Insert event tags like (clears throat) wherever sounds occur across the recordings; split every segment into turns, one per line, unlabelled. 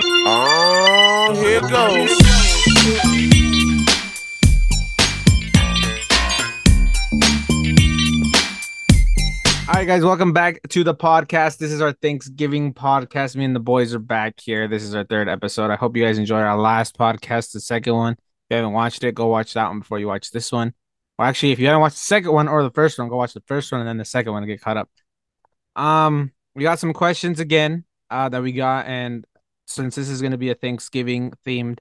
Oh, here goes.
All right, guys, welcome back to the podcast. This is our Thanksgiving podcast. Me and the boys are back here. This is our third episode. I hope you guys enjoyed our last podcast, the second one. If you haven't watched it, go watch that one before you watch this one. Or actually, if you haven't watched the second one or the first one, go watch the first one and then the second one and get caught up. Um, we got some questions again uh, that we got, and since this is going to be a Thanksgiving themed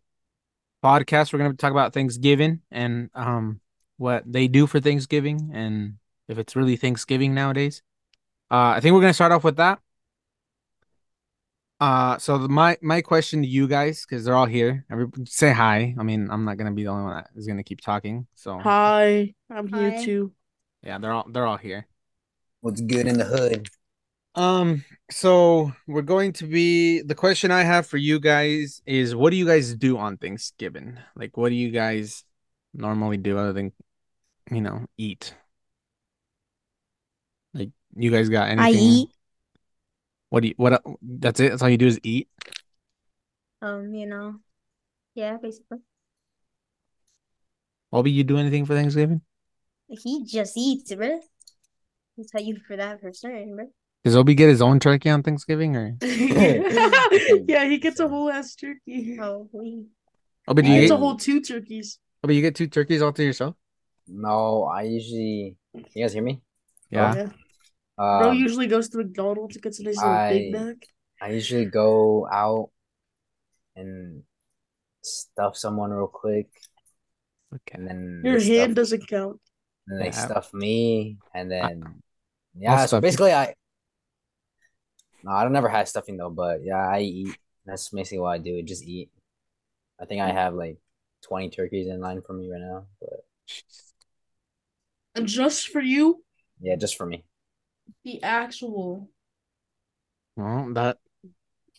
podcast, we're going to talk about Thanksgiving and um what they do for Thanksgiving and if it's really Thanksgiving nowadays. Uh, I think we're gonna start off with that. Uh, so the, my my question to you guys, because they're all here, everybody, say hi. I mean, I'm not gonna be the only one that is gonna keep talking. So
Hi, I'm
Hi.
here
(laughs)
(laughs)
too. (laughs)
yeah, they're all they're all here.
What's good in the hood?
Um, so we're going to be the question I have for you guys is what do you guys do on Thanksgiving? Like what do you guys normally do other than you know, eat? Like you guys got anything?
I eat.
What do you what that's it? That's all you do is eat?
Um, you know, yeah, basically.
Bobby, you do anything for Thanksgiving?
He just eats, bro. I'll tell you for that for certain, bro.
Does Obi get his own turkey on Thanksgiving or
yeah, he gets a whole ass turkey.
Oh, we.
Obi do
He
you
gets
get
a whole two turkeys.
Obi you get two turkeys all to yourself?
No, I usually. Can you guys hear me?
Yeah.
Uh,
Bro usually goes to McDonald's and gets a nice little Big
I-
Mac.
I usually go out and stuff someone real quick,
Okay.
and then
Your
they
hand
stuff,
doesn't count.
and they
Yeah.
stuff me, and then
I'll
yeah.
stuff
So
you.
basically, I no, I don't never had stuffing though, but yeah, I eat. That's basically what I do. Just eat. I think
Mm.
I have like twenty turkeys in line for me right now, but
And just for you,
yeah, just for me.
the actual.
Well, that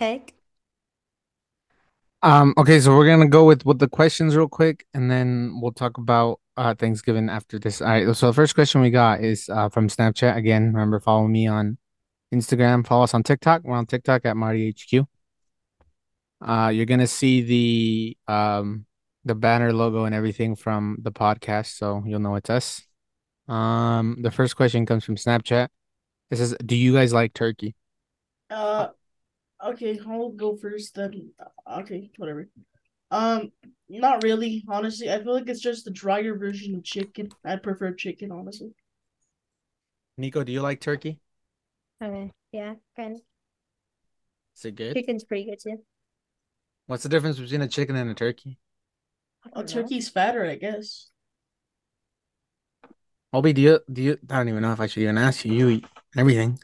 Heck.
Um, okay, so we're gonna go with with the questions real quick, and then we'll talk about uh Thanksgiving after this. All right, so the first question we got is uh from Snapchat again. Remember, follow me on Instagram, follow us on TikTok. We're on TikTok at Marty HQ. Uh, you're gonna see the um the banner logo and everything from the podcast, so you'll know it's us. Um, the first question comes from Snapchat. It says, "Do you guys like turkey?"
Uh, okay, I'll go first then. Okay, whatever. Um, not really, honestly. I feel like it's just the drier version of chicken. I prefer chicken, honestly.
Nico, do you like turkey?
Okay. Yeah, kind of.
Is it good?
Chicken's pretty good too.
What's the difference between a chicken and a turkey?
A turkey's fatter, I guess.
Obi, do you do you? I don't even know if I should even ask you. You eat everything.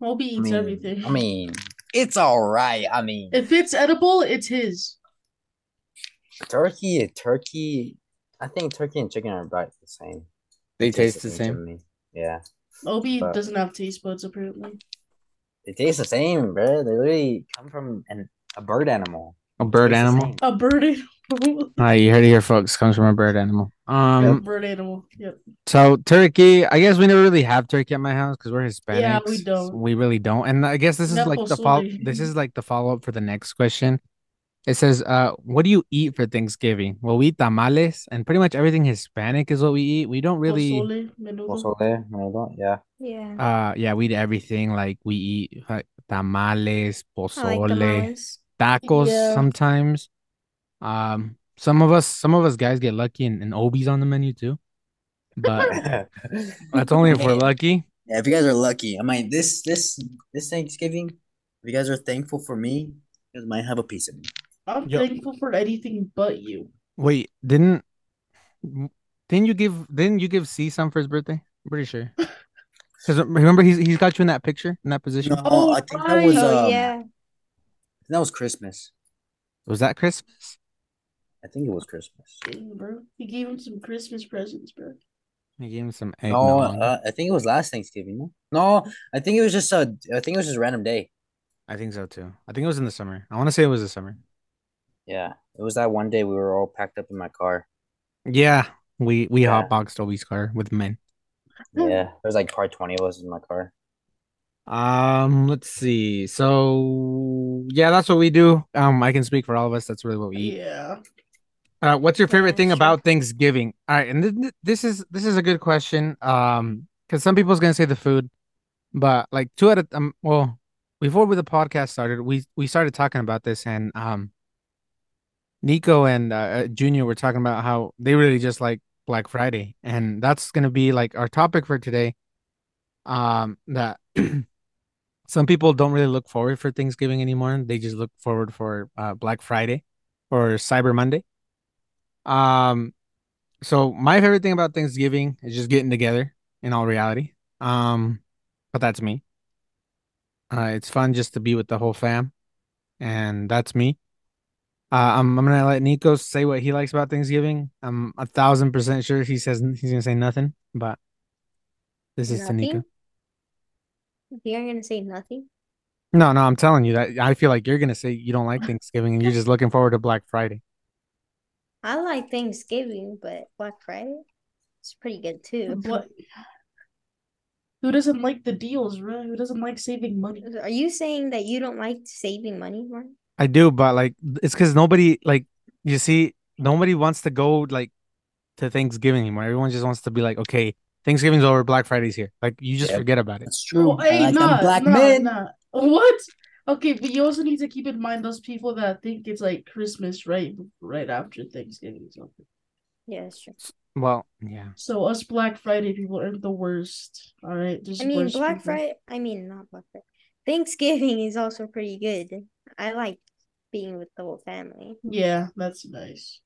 Moby eats
I mean,
everything.
I
(laughs)
mean, it's all right. I mean,
if it's edible, it's his.
Turkey, turkey. I think turkey and chicken are about the same.
They
Taste to me. Yeah,
Obi
But-
doesn't have taste buds apparently.
they taste the same, bro. They literally come from an, a bird animal.
A bird
Tastes the
animal.
same.
A bird animal.
Ah, you heard it here, folks. Comes from a bird animal. (laughs)
A
Um,
bird animal. Yep.
so turkey. I guess we never really have turkey at my house because we're Hispanics.
Yeah, we don't.
We really don't. And I guess this is like the follow.
Nepal,
This
sorry.
is like the follow up for the next question. It says, "Uh, what do you eat for Thanksgiving?" Well, we eat tamales, and pretty much everything Hispanic is what we eat. We don't really.
Pozole, menudo.
Also there, no, don't- yeah.
Yeah.
Uh, yeah, we eat everything. Like we eat like, tamales,
I like
pozole.
tamales.
tacos
Yeah.
sometimes. Um, some of us, some of us guys get lucky and, and Obi's on the menu too,
(laughs)
but that's only if we're
Man,
lucky.
yeah, if you guys are lucky, I mean, this this this Thanksgiving, if you guys are thankful for me, you guys might have a piece of me.
I'm
Yo.
thankful for anything but you.
Wait, didn't didn't you give didn't you give C some for his birthday? I'm
(laughs)
pretty sure. Because remember he's he's got you in that picture in that position.
No,
Oh,
I think that was
right.
Oh
um,
yeah.
that was Christmas.
Was that Christmas?
I think it was Christmas.
Dang, bro. He gave him some Christmas presents, bro.
You gave him some egg.
No,
eggnog.
uh, I think it was last Thanksgiving. no? No, I think it was just a. I think it was just a random day.
I think so too. I think it was in the summer. I want to say it was the summer.
Yeah, it was that one day we were all packed up in my car.
Yeah, we we
Yeah.
hotboxed Obi's car with men.
Hmm.
Yeah, there's like probably twenty of us in my car.
Um, let's see. So yeah, that's what we do. Um, I can speak for all of us. That's really what we eat.
Yeah.
Uh, what's your favorite
Oh,
thing
sure.
about Thanksgiving? All right, and th- th- this is this is a good question. Um, because some people's gonna say the food, but like two out of um, well, before we, the podcast started, we we started talking about this, and um, Nico and uh, uh, Junior were talking about how they really just like Black Friday, and that's gonna be like our topic for today. Um, that (clears throat) some people don't really look forward for Thanksgiving anymore; they just look forward for uh, Black Friday or Cyber Monday. Um, so my favorite thing about Thanksgiving is just getting together in all reality. Um, but that's me. Uh, it's fun just to be with the whole fam, and that's me. Uh, I'm I'm gonna let Nico say what he likes about Thanksgiving. I'm a thousand percent sure he says he's gonna say nothing, but this is to Nico.
Nothing? You're gonna say nothing?
No, no, I'm telling you that I feel like you're gonna say you don't like Thanksgiving and you're just looking forward to Black Friday.
I like Thanksgiving, but Black Friday it's pretty good
(laughs)
too.
What? Who doesn't like the deals, right? Who doesn't like saving money?
Are you saying that you don't like saving money, Mark?
I do, but like it's because nobody like you see nobody wants to go like to Thanksgiving anymore. Everyone just wants to be like, okay, Thanksgiving's over, Black Friday's here. Like you just
Yeah.
forget about it.
That's true.
Oh, hey,
I like them
nah,
black
nah,
men.
nah. What? Okay, but you also need to keep in mind those people that think it's like Christmas right right after Thanksgiving. or something.
Yeah, that's true.
Well, yeah,
So us Black Friday people are the worst. All right, just
I mean,
worst
Black
people.
Friday. I mean, not Black Friday. Thanksgiving is also pretty good. I like being with the whole family
Yeah, that's nice.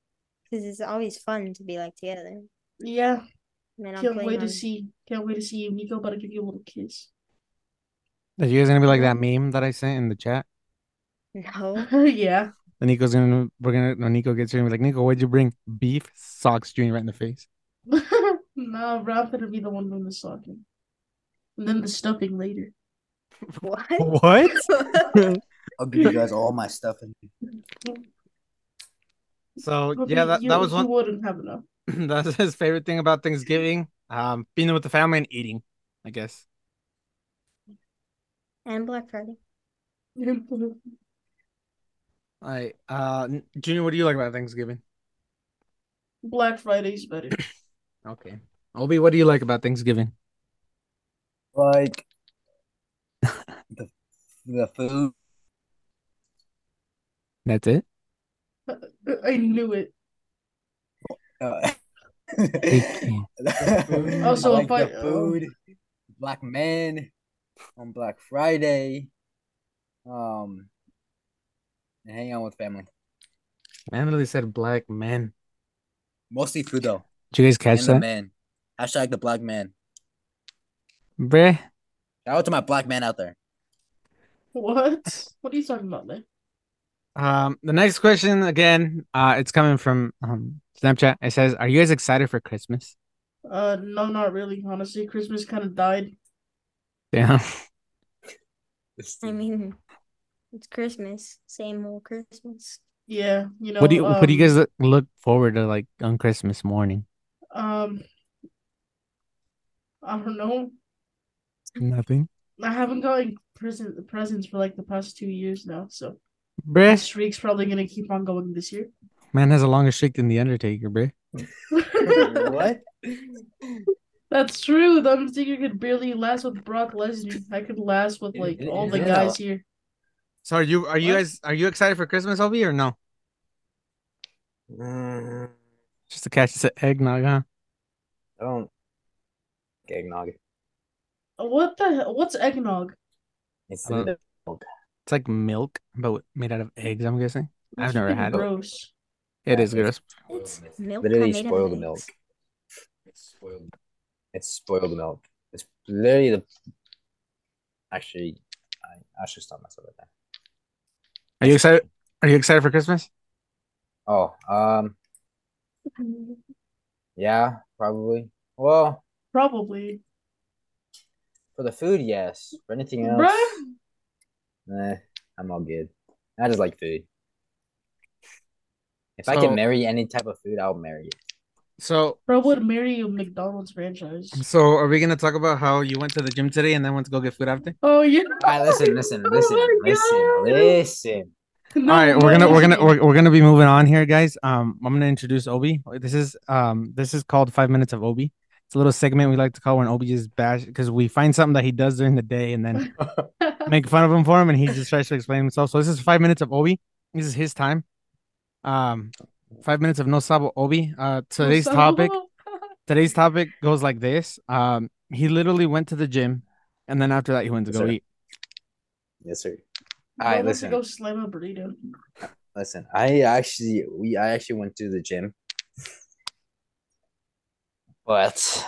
because it's always fun to be like together.
Yeah,
And then I'm
can't
playing
wait to
on-
see. Can't wait to see you, Nico. About to give you a little kiss. (laughs)
are you guys gonna be like that meme that I sent in the chat?
(laughs)
(laughs)
No,
yeah.
And Nico's gonna we're gonna when Nico gets here and be like, Nico, what'd you bring? Beef socks Junior right in the face.
nah, bro, I'm gonna be the one doing the socking, and then the stuffing later.
what?
What?
I'll give you guys all my stuff. And
So
But
yeah,
you-
that,
you,
that was
you
one (laughs)
wouldn't have enough. (laughs)
that's his favorite thing about Thanksgiving. Um, being with the family and eating, I guess.
(laughs) and Black Friday.
All right. Uh N- Junior, what do you like about Thanksgiving?
Black Friday's better. (laughs)
Okay. Obi, what do you like about Thanksgiving?
(laughs) like the the food.
That's it.
I knew it.
Uh, (laughs)
Also,
I like
but-
the food, black men on Black Friday, um, and hang out with family.
(laughs) Man really said black man.
Mostly food though,
Did you guys
and
catch
the
that?
man. Hashtag the black man.
Bruh.
Shout out to my black man out there.
What? What are you talking about, man?
Um, the next question again, uh, it's coming from um Snapchat. It says, Are you guys excited for Christmas?
Uh, no, not really. Honestly, Christmas kind of died.
Damn.
I mean, it's Christmas. Same old Christmas.
Yeah, you know.
(laughs) what do you what do you
um,
guys look, look forward to like on Christmas morning?
Um, I don't know.
Nothing.
I haven't gotten present presents for like the past two years now, so the
Bruh.
streak's probably gonna keep on going this year.
Man has a longer streak than the Undertaker, bruh.
(laughs) what?
(laughs) That's true. The Undertaker could barely last with Brock Lesnar. I could last with like all the
Yeah.
guys here.
So are you are you
What?
guys are you excited for Christmas, Obi, or no?
Mm,
Just to catch this eggnog, huh?
I don't. Eggnog.
What the hell? What's eggnog?
It's
I don't- It's like milk, but with- made out of eggs, I'm guessing. I've
That's
never
freaking
had it.
gross.
It
Yeah,
is gross.
It's milk
literally
made out of
spoiled the
eggs.
milk. It's spoiled. It's spoiled milk. It's literally the. Actually, I, I should stop myself at that.
Are you excited? Are you excited for Christmas?
Oh, um, yeah, probably. Well,
Probably.
for the food, yes. For anything else,
Bruh.
nah, I'm all good. I just like food. If I
So-
(laughs)
can marry any type of food, I'll marry it.
So,
Bro would marry a McDonald's franchise.
so are we gonna talk about how you went to the gym today and then went to go get food after?
Oh yeah.
All right, listen, listen,
(laughs) Oh
listen,
my
listen,
God.
listen.
No,
All right, we're
no,
gonna we're gonna
listen. (laughs)
we're, we're gonna be moving on here, guys. Um, I'm gonna introduce Obi. This is um this is called Five Minutes of Obi. It's a little segment we like to call when Obi just bash because we find something that he does during the day and then
(laughs)
make fun of him for him, and he just tries to explain himself. So this is Five Minutes of Obi. This is his time. Um, Five Minutes of No Sabo Obi. Uh, today's
(laughs)
topic today's topic goes like this. Um, he literally went to the gym, and then after that, he went to
Yes,
go
sir.
eat.
Yes, sir.
Bro
Alright,
wants to
listen.
Go slam a burrito.
Listen, I actually we I actually went to the gym. But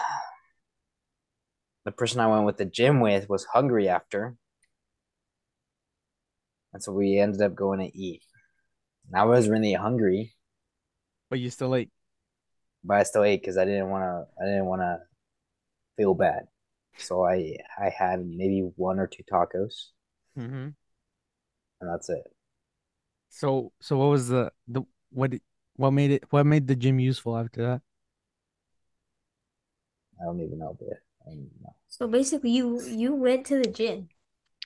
the person I went with the gym with was hungry after. And so we ended up going to eat. And I was really hungry,
But you still ate.
but I still ate because I didn't wanna I didn't wanna feel bad. So I I had maybe one or two tacos
Mm-hmm.
and that's it.
So, so what was the the what did- what made it what made the gym useful after that?
I don't even know, but I don't know.
So basically, you you went to the gym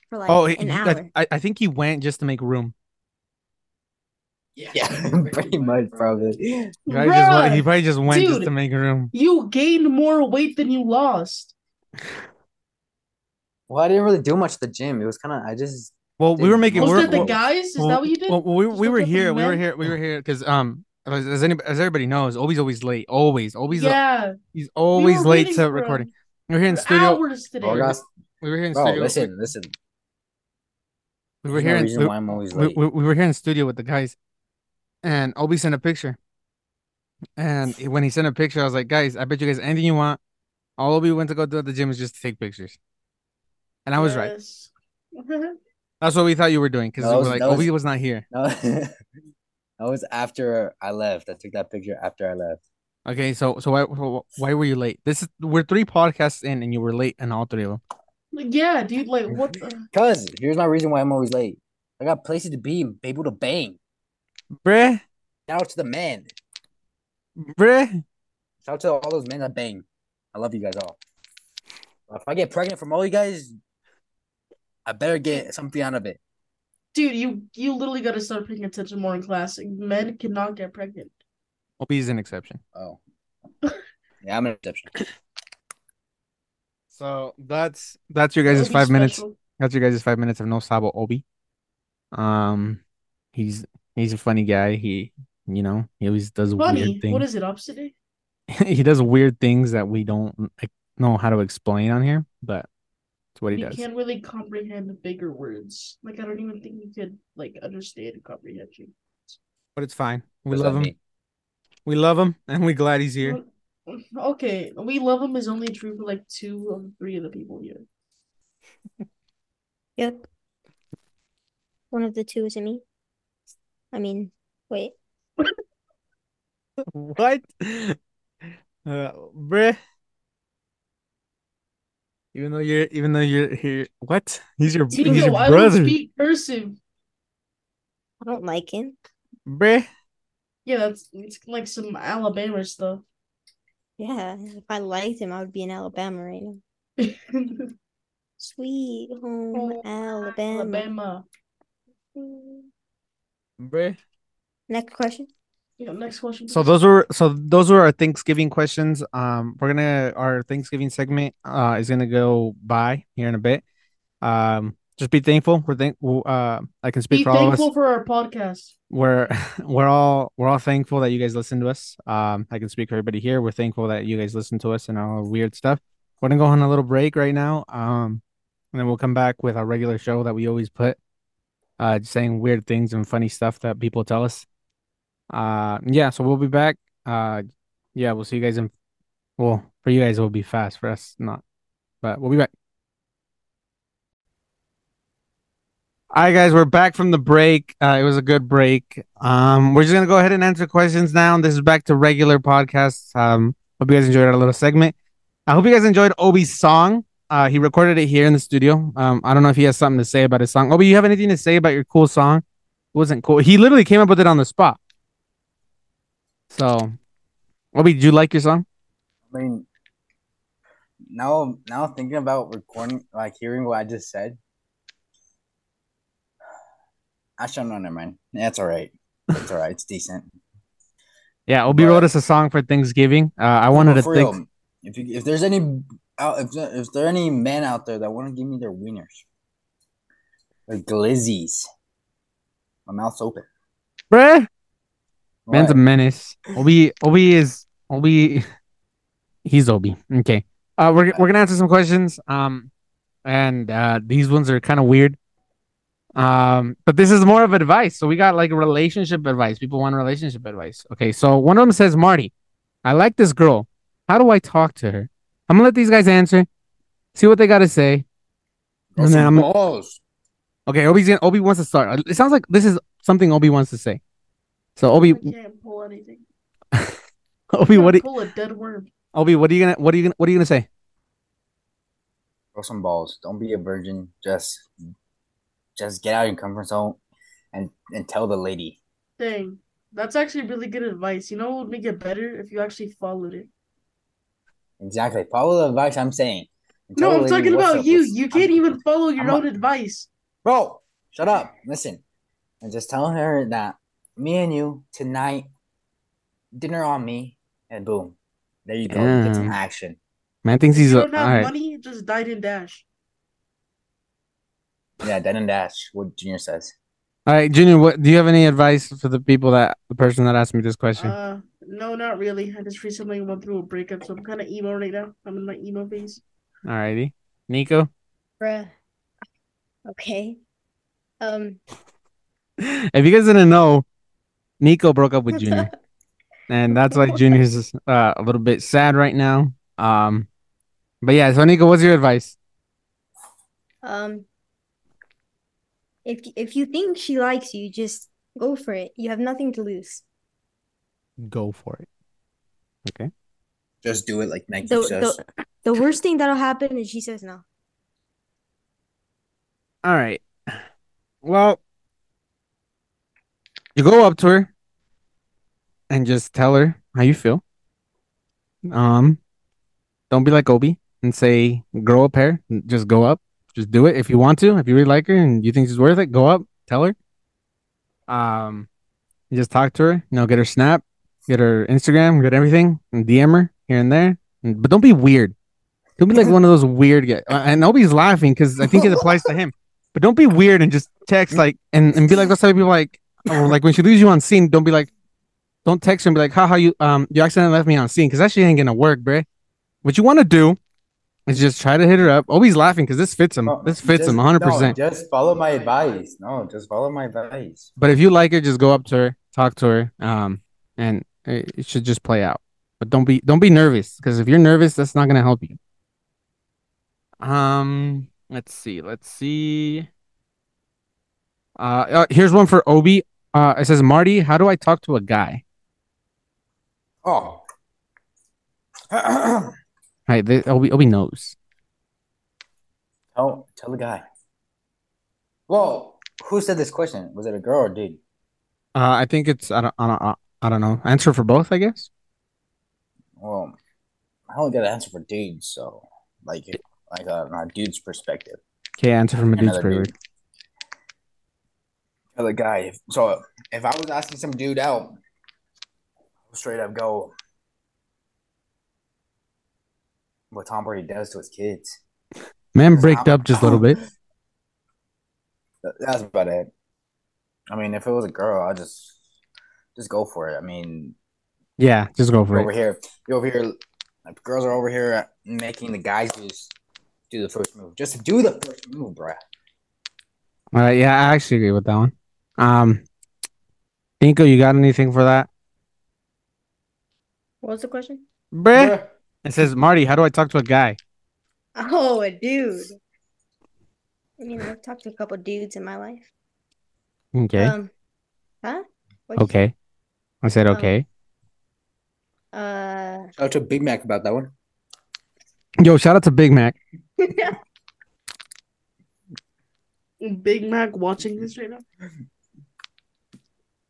for like
oh, he-
an
he-
hour.
I, I I think he went just to make room.
(laughs) Yeah, (laughs) pretty much probably.
He probably just wa- he
Bruh,
probably just went just to
dude.
make room.
you gained more weight than you lost.
Well, I didn't really do much at the gym. It was kind of I just
Well, we
Dude,
were making.
Most
Was
we're-
of
that the
we're-
guys? Is
well,
that what you did?
Well, we,
Just
we
look
were
up the
here. We were
men?
here. We were here because um, as as, any, as everybody knows, Obi's always late. Always, always,
yeah.
he's
we
always
were
late
waiting
to
for
recording.
him
We were here in
for
studio.
hours today.
bro, guys,
We were here in
bro,
studio.
listen, listen.
We were
There's
here.
no
in-
reason
we-
why I'm always
we,
late.
we, we were here in studio with the guys, and Obi sent a picture.
(sighs)
And he- when he sent a picture, I was like, guys, I bet you guys anything you want. All Obi went to go do at the gym is just to take pictures. And I was right.
Yes. (laughs) Bro,
That's what we thought you were doing because
No,
we
that
were
was-
like,
that was-
Obi was not here.
(laughs) No, (laughs) that was after I left. I took that picture after I left.
Okay, so so why wh- wh- why were you late? This is we're three podcasts in, and you were late in all three of them.
Yeah, dude. Like, what
(laughs)
the?
Cause here's my reason why I'm always late. I got places to be and able to bang.
Bruh,
Shout out to the men.
bruh.
Shout out to all those men that bang. I love you guys all. If I get pregnant from all you guys, I better get something out of it.
Dude, you you literally got to start paying attention more in class. Men cannot get pregnant.
Obi is an exception.
Oh, yeah, I'm an exception.
So that's that's your guys'
It'll be
five minutes.
special.
That's your guys' five minutes of no sabo Obi. Um, he's he's a funny guy. He, you know, he always does
Funny.
weird things.
What is it? Opposite day?
(laughs) he does weird things that we don't like, know how to explain on here, but that's what he
you
does.
can't really comprehend the bigger words. Like, I don't even think you could like understand comprehension.
But it's fine. We
Does that
love him.
mean-
We love him, and we're glad he's
(laughs)
here.
Okay, we love him is only true for like two of three of the people here.
Yep. One of the two is me. I mean, wait.
What?
(laughs)
Uh, bruh. Even though you're, even though you're here, what? He's your,
Tito,
he's your
I
brother,
don't speak cursive.
I don't like him.
bruh.
Yeah, that's it's like some Alabama stuff. (laughs)
Yeah, if I liked him, I would be in Alabama right now. Sweet home
Home Alabama.
Alabama.
Bruh.
Next question.
Yeah, next question.
So
please.
those were so those were our Thanksgiving questions. Um, we're gonna our Thanksgiving segment uh is gonna go by here in a bit. Um, just be thankful. We're thank. Uh, I can speak
be
for all of us.
thankful for our podcast.
We're (laughs) we're all we're all thankful that you guys listen to us. Um, I can speak for everybody here. We're thankful that you guys listen to us and all our weird stuff. We're gonna go on a little break right now. Um, and then we'll come back with our regular show that we always put. Uh, saying weird things and funny stuff that people tell us. Uh, yeah. So we'll be back. Uh, yeah. We'll see you guys in. Well, for you guys, it will be fast. For us, not. But we'll be back. All right, guys, we're back from the break. Uh, it was a good break. Um, we're just gonna go ahead and answer questions now. This is back to regular podcasts. Um, hope you guys enjoyed our little segment. I hope you guys enjoyed Obi's song. Uh, he recorded it here in the studio. Um, I don't know if he has something to say about his song. Obi, you have anything to say about your cool song? It wasn't cool. He literally came up with it on the spot. So, Obi, did you like your song?
I mean, now now thinking about recording, like hearing what I just said. Actually, no, never mind. That's all right. It's all right. It's decent.
Yeah, Obi
But-
wrote us a song for Thanksgiving. Uh, I wanted to
But for real,
think.
if you, if there's any out if there, if there are any men out there that want to give me their wieners, their glizzies, my mouth's open.
Bruh, man's a
What?
menace. Obi, Obi is Obi. (laughs) He's Obi. Okay. Uh, we're we're gonna answer some questions. Um, and uh, these ones are kind of weird. Um, but this is more of advice. So we got like relationship advice. People want relationship advice. Okay. So one of them says, Marty, I like this girl. How do I talk to her? I'm gonna let these guys answer, see what they gotta say.
Grow
And then
some
I'm-
balls.
Okay, Obi's gonna, Obi wants to start. Uh, It sounds like this is something Obi wants to say. So Obi,
I can't pull anything.
Obi,
Can't
what? do-
pull a dead worm.
Obi, what are you gonna? What are you gonna? What are you gonna say?
Grow some balls. Don't be a virgin. Just just get out of your comfort zone and and tell the lady.
Dang. That's actually really good advice. You know what would make it better if you actually followed it?
Exactly. Follow the advice I'm saying. And tell
No,
the
I'm
lady
talking
what's
about
up,
you.
what's-
You
I'm-
can't
(laughs)
even follow your
I'm
own
a-
advice.
Bro, shut up. Listen. And just tell her that me and you tonight, dinner on me, and boom. There you go. You Get some
Damn.
action.
Man thinks
If
he's
you
a, all
don't have
right.
money, just dine and dash.
Yeah, then and dash, what Junior says.
All right, Junior. What do you have any advice for the people that the person that asked me this question?
Uh, no, not really. I just recently went through a breakup, so I'm kind of emo right now. I'm in my emo phase.
all righty, Nico. (laughs)
Bruh. Okay. Um,
If you guys didn't know, Nico broke up with
(laughs)
Junior, and that's why Junior's uh, a little bit sad right now. Um, but yeah. So Nico, what's your advice?
(laughs) um, if if you think she likes you, just go for it. You have nothing to lose.
Go for it. Okay.
Just do it like Nike
The,
says.
the the worst thing that'll happen is she says no.
All right. Well, you go up to her and just tell her how you feel. Um, don't be like Obi and say grow a pair. Just go up. Just do it if you want to. If you really like her and you think she's worth it, go up. Tell her. Um, you just talk to her. You know, get her snap, get her Instagram, get everything, and DM her here and there. And- But don't be weird. Don't be like one of those weird guys. And Obi's laughing because I think it applies to him. But don't be weird and just text like and, and be like those type of people like oh, like when she leaves you on scene, don't be like don't text her and be like, haha, you um you accidentally left me on scene because that shit ain't gonna work, bruh. What you wanna do is just try to hit her up. Always laughing because this fits him.
No,
This fits
just-
him hundred percent.
Oh, No, just follow my advice. No, just follow my advice.
But if you like her, just go up to her, talk to her, um, and it, it should just play out. But don't be don't be nervous because if you're nervous, that's not gonna help you. Um, let's see, let's see. Uh, uh, here's one for Obi. Uh, it says Marty, how do I talk to a guy?
Oh. (clears throat)
All right, th- Obi Obi knows.
tell tell the guy. Whoa, who said this question? Was it a girl or a dude?
Uh, I think it's I don't I don't uh, I don't know. Answer for both, I guess.
Well, I only got an answer for dudes, so like like a, a dude's perspective.
Okay, answer from a dude's
Another
period.
dude. Tell the guy. If, so if I was asking some dude out, I'll straight up go. What Tom Brady does to his kids.
Man
Just
bricked
out.
up just a little bit.
That- That's about it. I mean, if it was a girl, I'd just just go for it. I mean,
Yeah, just go
you're
for
over
it.
here, you're over here. Like, girls are over here making the guys just do the first move. Just do the first move, bruh.
All right, yeah, I actually agree with that one. Um, Dinko, you got anything for that?
What was the question?
Bruh. It says Marty, how do I talk to a guy?
Oh, a dude. I mean, I've talked to a couple dudes in my life.
Okay.
Um, huh? What'd you say?
okay. I said
um,
okay.
Uh,
Shout out to Big Mac about that one.
Yo, shout out to Big Mac.
Big Mac watching this right now.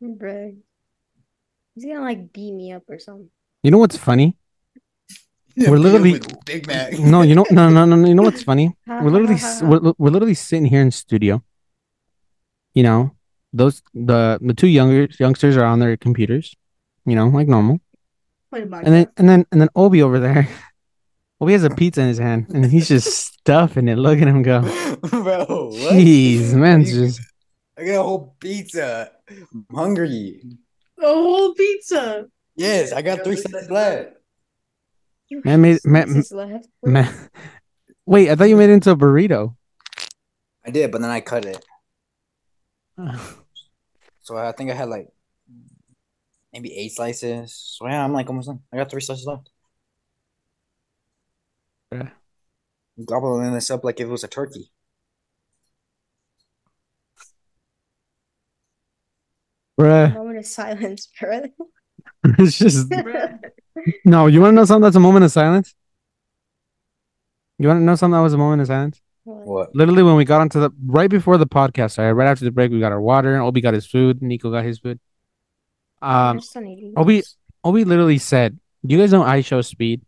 bro, he's gonna like beat me up or something.
You know what's funny?
Yeah,
We're
beer
literally-
with Big
(laughs)
Mac.
No,
(laughs)
you know, no, no, no, no. You know what's funny?
Ha,
We're literally
ha, ha,
s-
ha.
we're, we're literally sitting here in studio. You know, those the the two younger youngsters are on their computers. You know, like normal.
Play Minecraft.
And then and then and then Obi over there. (laughs) Obi has a pizza in his hand and he's just stuffing it. Look at him go.
Bro, what?
Jeez, man,
You-
just
I got a whole pizza. I'm hungry.
the whole
(laughs)
pizza.
Yes, I got three seconds left.
You
Man made-
have
man-
slices left.
man. Wait, I thought you made it into a burrito.
I did, but then I cut it. So I think I had like maybe eight slices. So yeah, I'm like almost done. I got three slices left.
Yeah.
I'm gobbling this up like if it was a turkey.
Bruh.
Moment of silence, (laughs) bro.
(laughs) It's just
Bruh.
no, you wanna know something that's a moment of silence? You wanna know something that was a moment of silence?
What?
What?
Literally when we got onto the right before the podcast, sorry, right after the break, we got our water, Obi got his food, Nico got his food. Um
There's so many
Obi-
leaves.
Obi literally said, Do you guys know I show speed?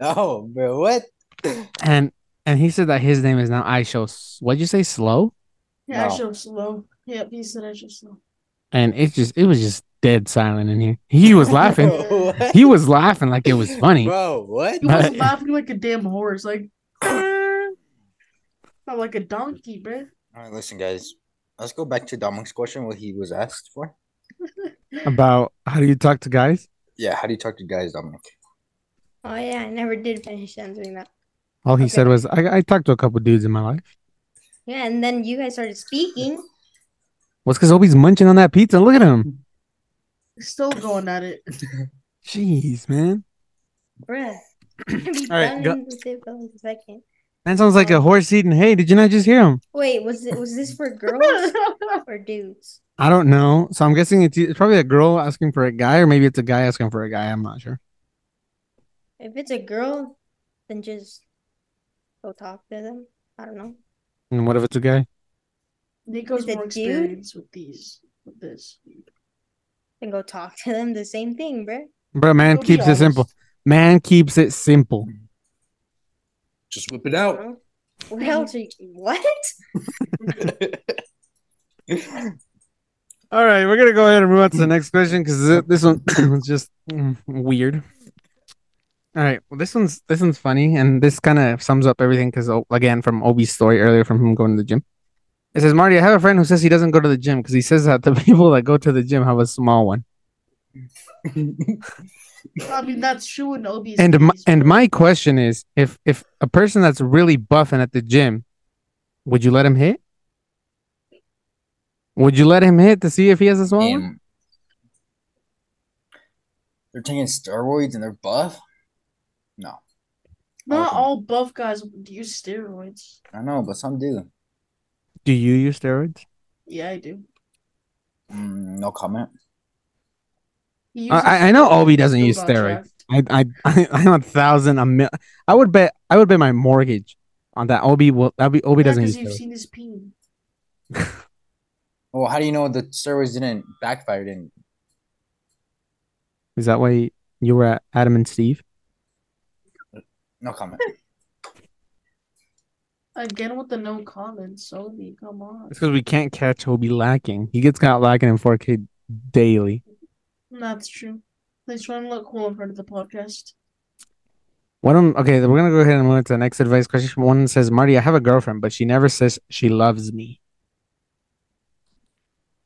Oh, bro, what?
And and he said that his name is now I show S- what'd you say, slow?
Yeah,
No.
I show slow. Yep, he said I show slow.
And it just it was just dead silent in here. He
(laughs)
was laughing.
What?
he was laughing like (laughs) it was funny.
Bro, what?
He
(laughs)
was
But-
laughing like a damn horse, like
(laughs)
not like a donkey, bruh.
All right, listen, guys. Let's go back to Dominic's question, what he was asked for.
About how do you talk to guys?
Yeah, how do you talk to guys, Dominic?
Oh yeah, I never did finish answering that.
All he
Okay.
said was, I, I talked to a couple dudes in my life.
Yeah, and then you guys started speaking.
What's because Obi's munching on that pizza? Look at him.
Still going
(laughs)
at it.
Jeez, man.
Bruh. (clears throat) All
right, go-
in a second.
That sounds like a horse eating hay. Did you not just hear him?
Wait, was it was this for
(laughs)
girls or dudes?
I don't know. So I'm guessing it's, it's probably a girl asking for a guy, or maybe it's a guy asking for a guy. I'm not sure.
If it's a girl, then just go talk to them. I don't know.
And what if it's a guy?
Nico's
Is it
more
dude?
experienced with these with this.
Then go talk to them. The same thing, bruh.
Bro, man
We'll be
keeps it simple.
honest.
Man keeps it simple.
Just whip it
I
(laughs)
don't know. What else? Are you, what?
All right, we're gonna go ahead and move on to the next question because this one (coughs) was just mm, weird. All right, well, this one's this one's funny, and this kind of sums up everything because again, from Obi's story earlier, from him going to the gym, it says Marty, I have a friend who says he doesn't go to the gym because he says that the (laughs) people that go to the gym have a small one.
I mean that's true in Obi's
And my,
case,
and
bruh.
my question is, if if a person that's really buffing at the gym, would you let him hit? Would you let him hit to see if he has a small one?
Damn. They're taking steroids and they're buff? No.
not
Okay.
all buff guys use steroids.
I know, but some do.
Do you use steroids?
Yeah, I do.
Mm, no comment.
He
I-
uses
I- I know
steroids,
Obi
he
doesn't
still
use
got
steroids.
jacked.
I I I- (laughs) I'm a thousand a mil. I would bet I would bet my mortgage on that. Obi will that be Obi
Yeah,
doesn't
'cause
use
you've
steroids.
seen his peen.
Well, how do you know the steroids didn't backfire? Didn't
Is that why you were at Adam and Steve?
no
(laughs)
comment.
Again with the no comments, Obi. Come on.
It's because we can't catch Obi lacking. He gets caught lacking in 4K daily.
That's true. Please try and look cool in front of the podcast.
One of 'em- okay, then we're gonna go ahead and move on to the next advice question. One says, "Marty, I have a girlfriend, but she never says she loves me."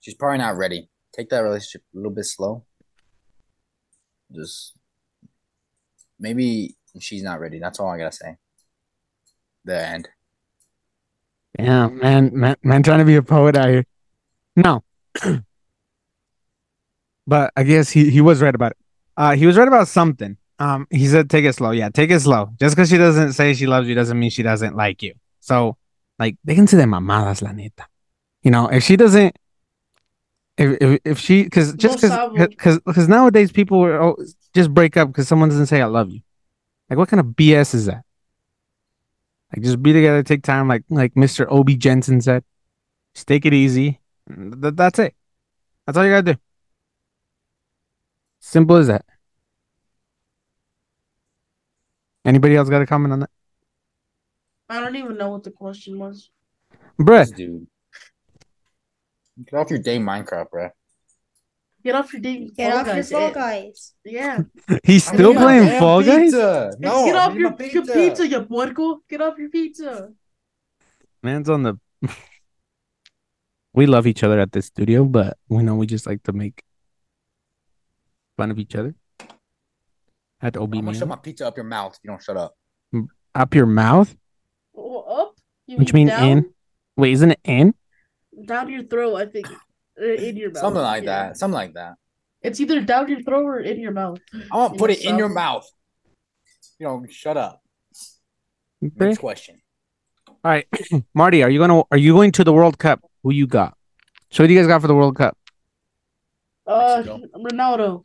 She's probably not ready. Take that relationship a little bit slow. Just maybe she's not ready. That's all I gotta say. The end.
Yeah, man, man, man, trying to be a poet out here. No, but I guess he he was right about it. Uh, he was right about something. Um, he said take it slow. Yeah, take it slow. Just because she doesn't say she loves you doesn't mean she doesn't like you. So, like, they can say de mamadas, la neta. You know, if she doesn't, if if, if she because just
No
because
sabo.
because because nowadays people are, oh, just break up because someone doesn't say I love you. Like, what kind of BS is that? Like, just be together, take time. Like like Mr. Obi Jensen said, just take it easy. Th- that's it. That's all you gotta do. Simple as that. Anybody else got a comment on that?
I don't even know what the question was.
This
Bruh,
dude.
Get off your dang Minecraft, bro.
Get off your dang
Get
Fall
off your
Guys,
Fall
eh?
Guys.
(laughs)
Yeah.
he's
I
still
need my
playing
damn
Fall Guys?
No,
Get
I
off
need
your,
my
your pizza, you puerco. Get off your pizza.
Man's on the. (laughs) we love each other at this studio, but we know we just like to make fun of each other. At OB
I'm gonna shove
man.
my pizza up your mouth if you don't shut up.
up your mouth.
Oh, up? You
What you mean
down?
Wait, isn't it in?
Down your throat, I think. Uh, In your mouth.
Something like
yeah.
that. Something like that.
It's either down your throat or in your mouth.
I want to
In
put
your
it in your
mouth.
mouth. You know, shut up.
Bruh.
Next question.
All right, (clears throat) Marty, are you gonna are you going to the World Cup? Who you got? So what do you guys got for the World Cup?
Uh,
Mexico.
Ronaldo.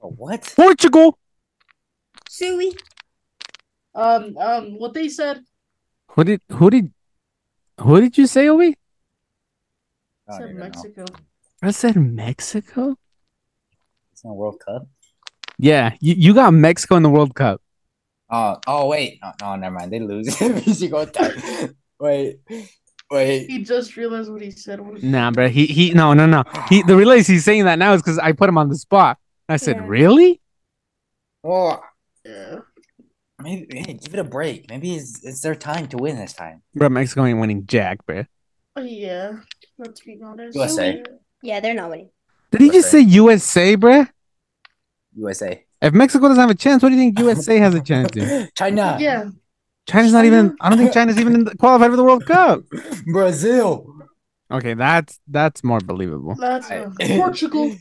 Oh, what?
Portugal.
Suey.
Um, um, what they said.
Who did who did who did you say, Obi?
I don't
said
even know.
Mexico.
I said Mexico.
It's not World Cup.
Yeah, you, you got Mexico in the World Cup.
Uh, oh wait, no, no, never mind. They lose. (laughs) Mexico tie. wait, wait.
He just realized what he said. What-
Nah, bro. He he no no no. He the realize he's saying that now is because I put him on the spot. I said,
Yeah.
really?
Well,
Yeah.
maybe hey, give it a break. Maybe it's, it's their time to win this time.
Bro, Mexico ain't winning jack, bro.
oh, Yeah. Let's be honest.
USA.
Yeah, they're not winning.
Did he just say
USA.
USA, bro?
USA.
If Mexico doesn't have a chance, what do you think USA has a chance in?
(gasps) China.
Yeah.
China's not even. I don't think China's even in the, qualified for the World Cup.
Brazil.
Okay, that's that's more believable.
That's
Right.
uh,
(laughs)
Portugal.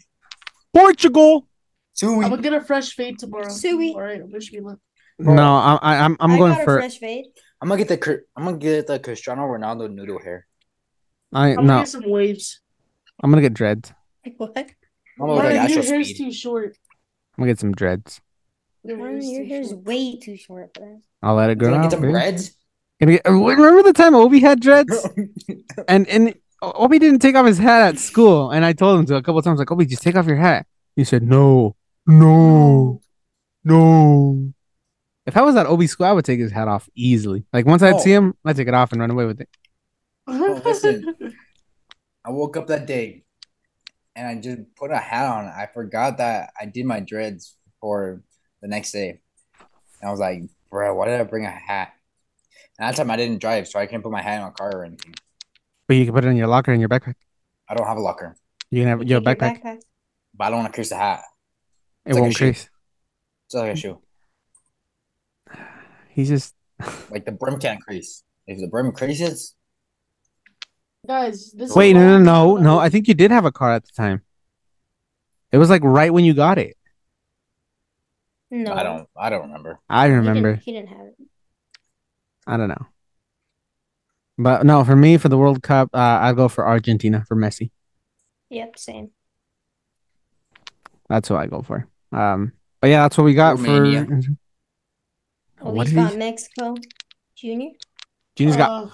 Portugal.
Two
I'm gonna get a fresh fade tomorrow.
Suey.
All right. Wish me luck.
Bro.
No, I'm I, I'm I'm
I
going
got
for
a fresh fade. (laughs)
I'm gonna get the Cr- I'm gonna get the Cristiano Ronaldo noodle hair.
I
I'm gonna
no.
get some waves.
I'm gonna get dreads.
What?
I'm gonna look
Why
like
are your
Astro
hair's
Speed.
too short.
I'm gonna get some dreads.
Your
Mom,
hair's
your
too
hair's
short.
way too short for that.
I'll let it
You
grow
gonna
out.
get some
baby.
breads?
Gonna get- remember the time Obi had dreads
(laughs)
and and Obi didn't take off his hat at school, and I told him to a couple times like Obi, just take off your hat. He said no,
(laughs)
no, no. If I was at Obi's school, I would take his hat off easily. Like once I'd see
Oh.
him, I'd take it off and run away with it.
(laughs) listen. I woke up that day, and I just put a hat on. I forgot that I did my dreads for the next day, and I was like, "Bro, why did I bring a hat?" And that time I didn't drive, so I couldn't put my hat in a car or anything.
But you can put it in your locker in your backpack.
I don't have a locker,
You can have your
Take
backpack.
but I don't want to crease the hat.
It
like a
won't
shoe.
crease.
It's like a shoe.
He's just
Like the brim can't crease. If the brim creases,
Guys, this
wait.
is
No, no,
all-
no, no. I think you did have a car at the time. It was like right when you got it.
No.
I don't. I don't remember.
I
He didn't-
remember.
He didn't have it.
I don't know. But no, for me, for the World Cup, uh, I'd go for Argentina for Messi.
Yep, same.
That's what I go for. Um, but yeah, that's what we got
Romania.
for.
Well,
Oh, What
Oh, he's
did
got
he?
Mexico Junior.
Junior's got
Uh,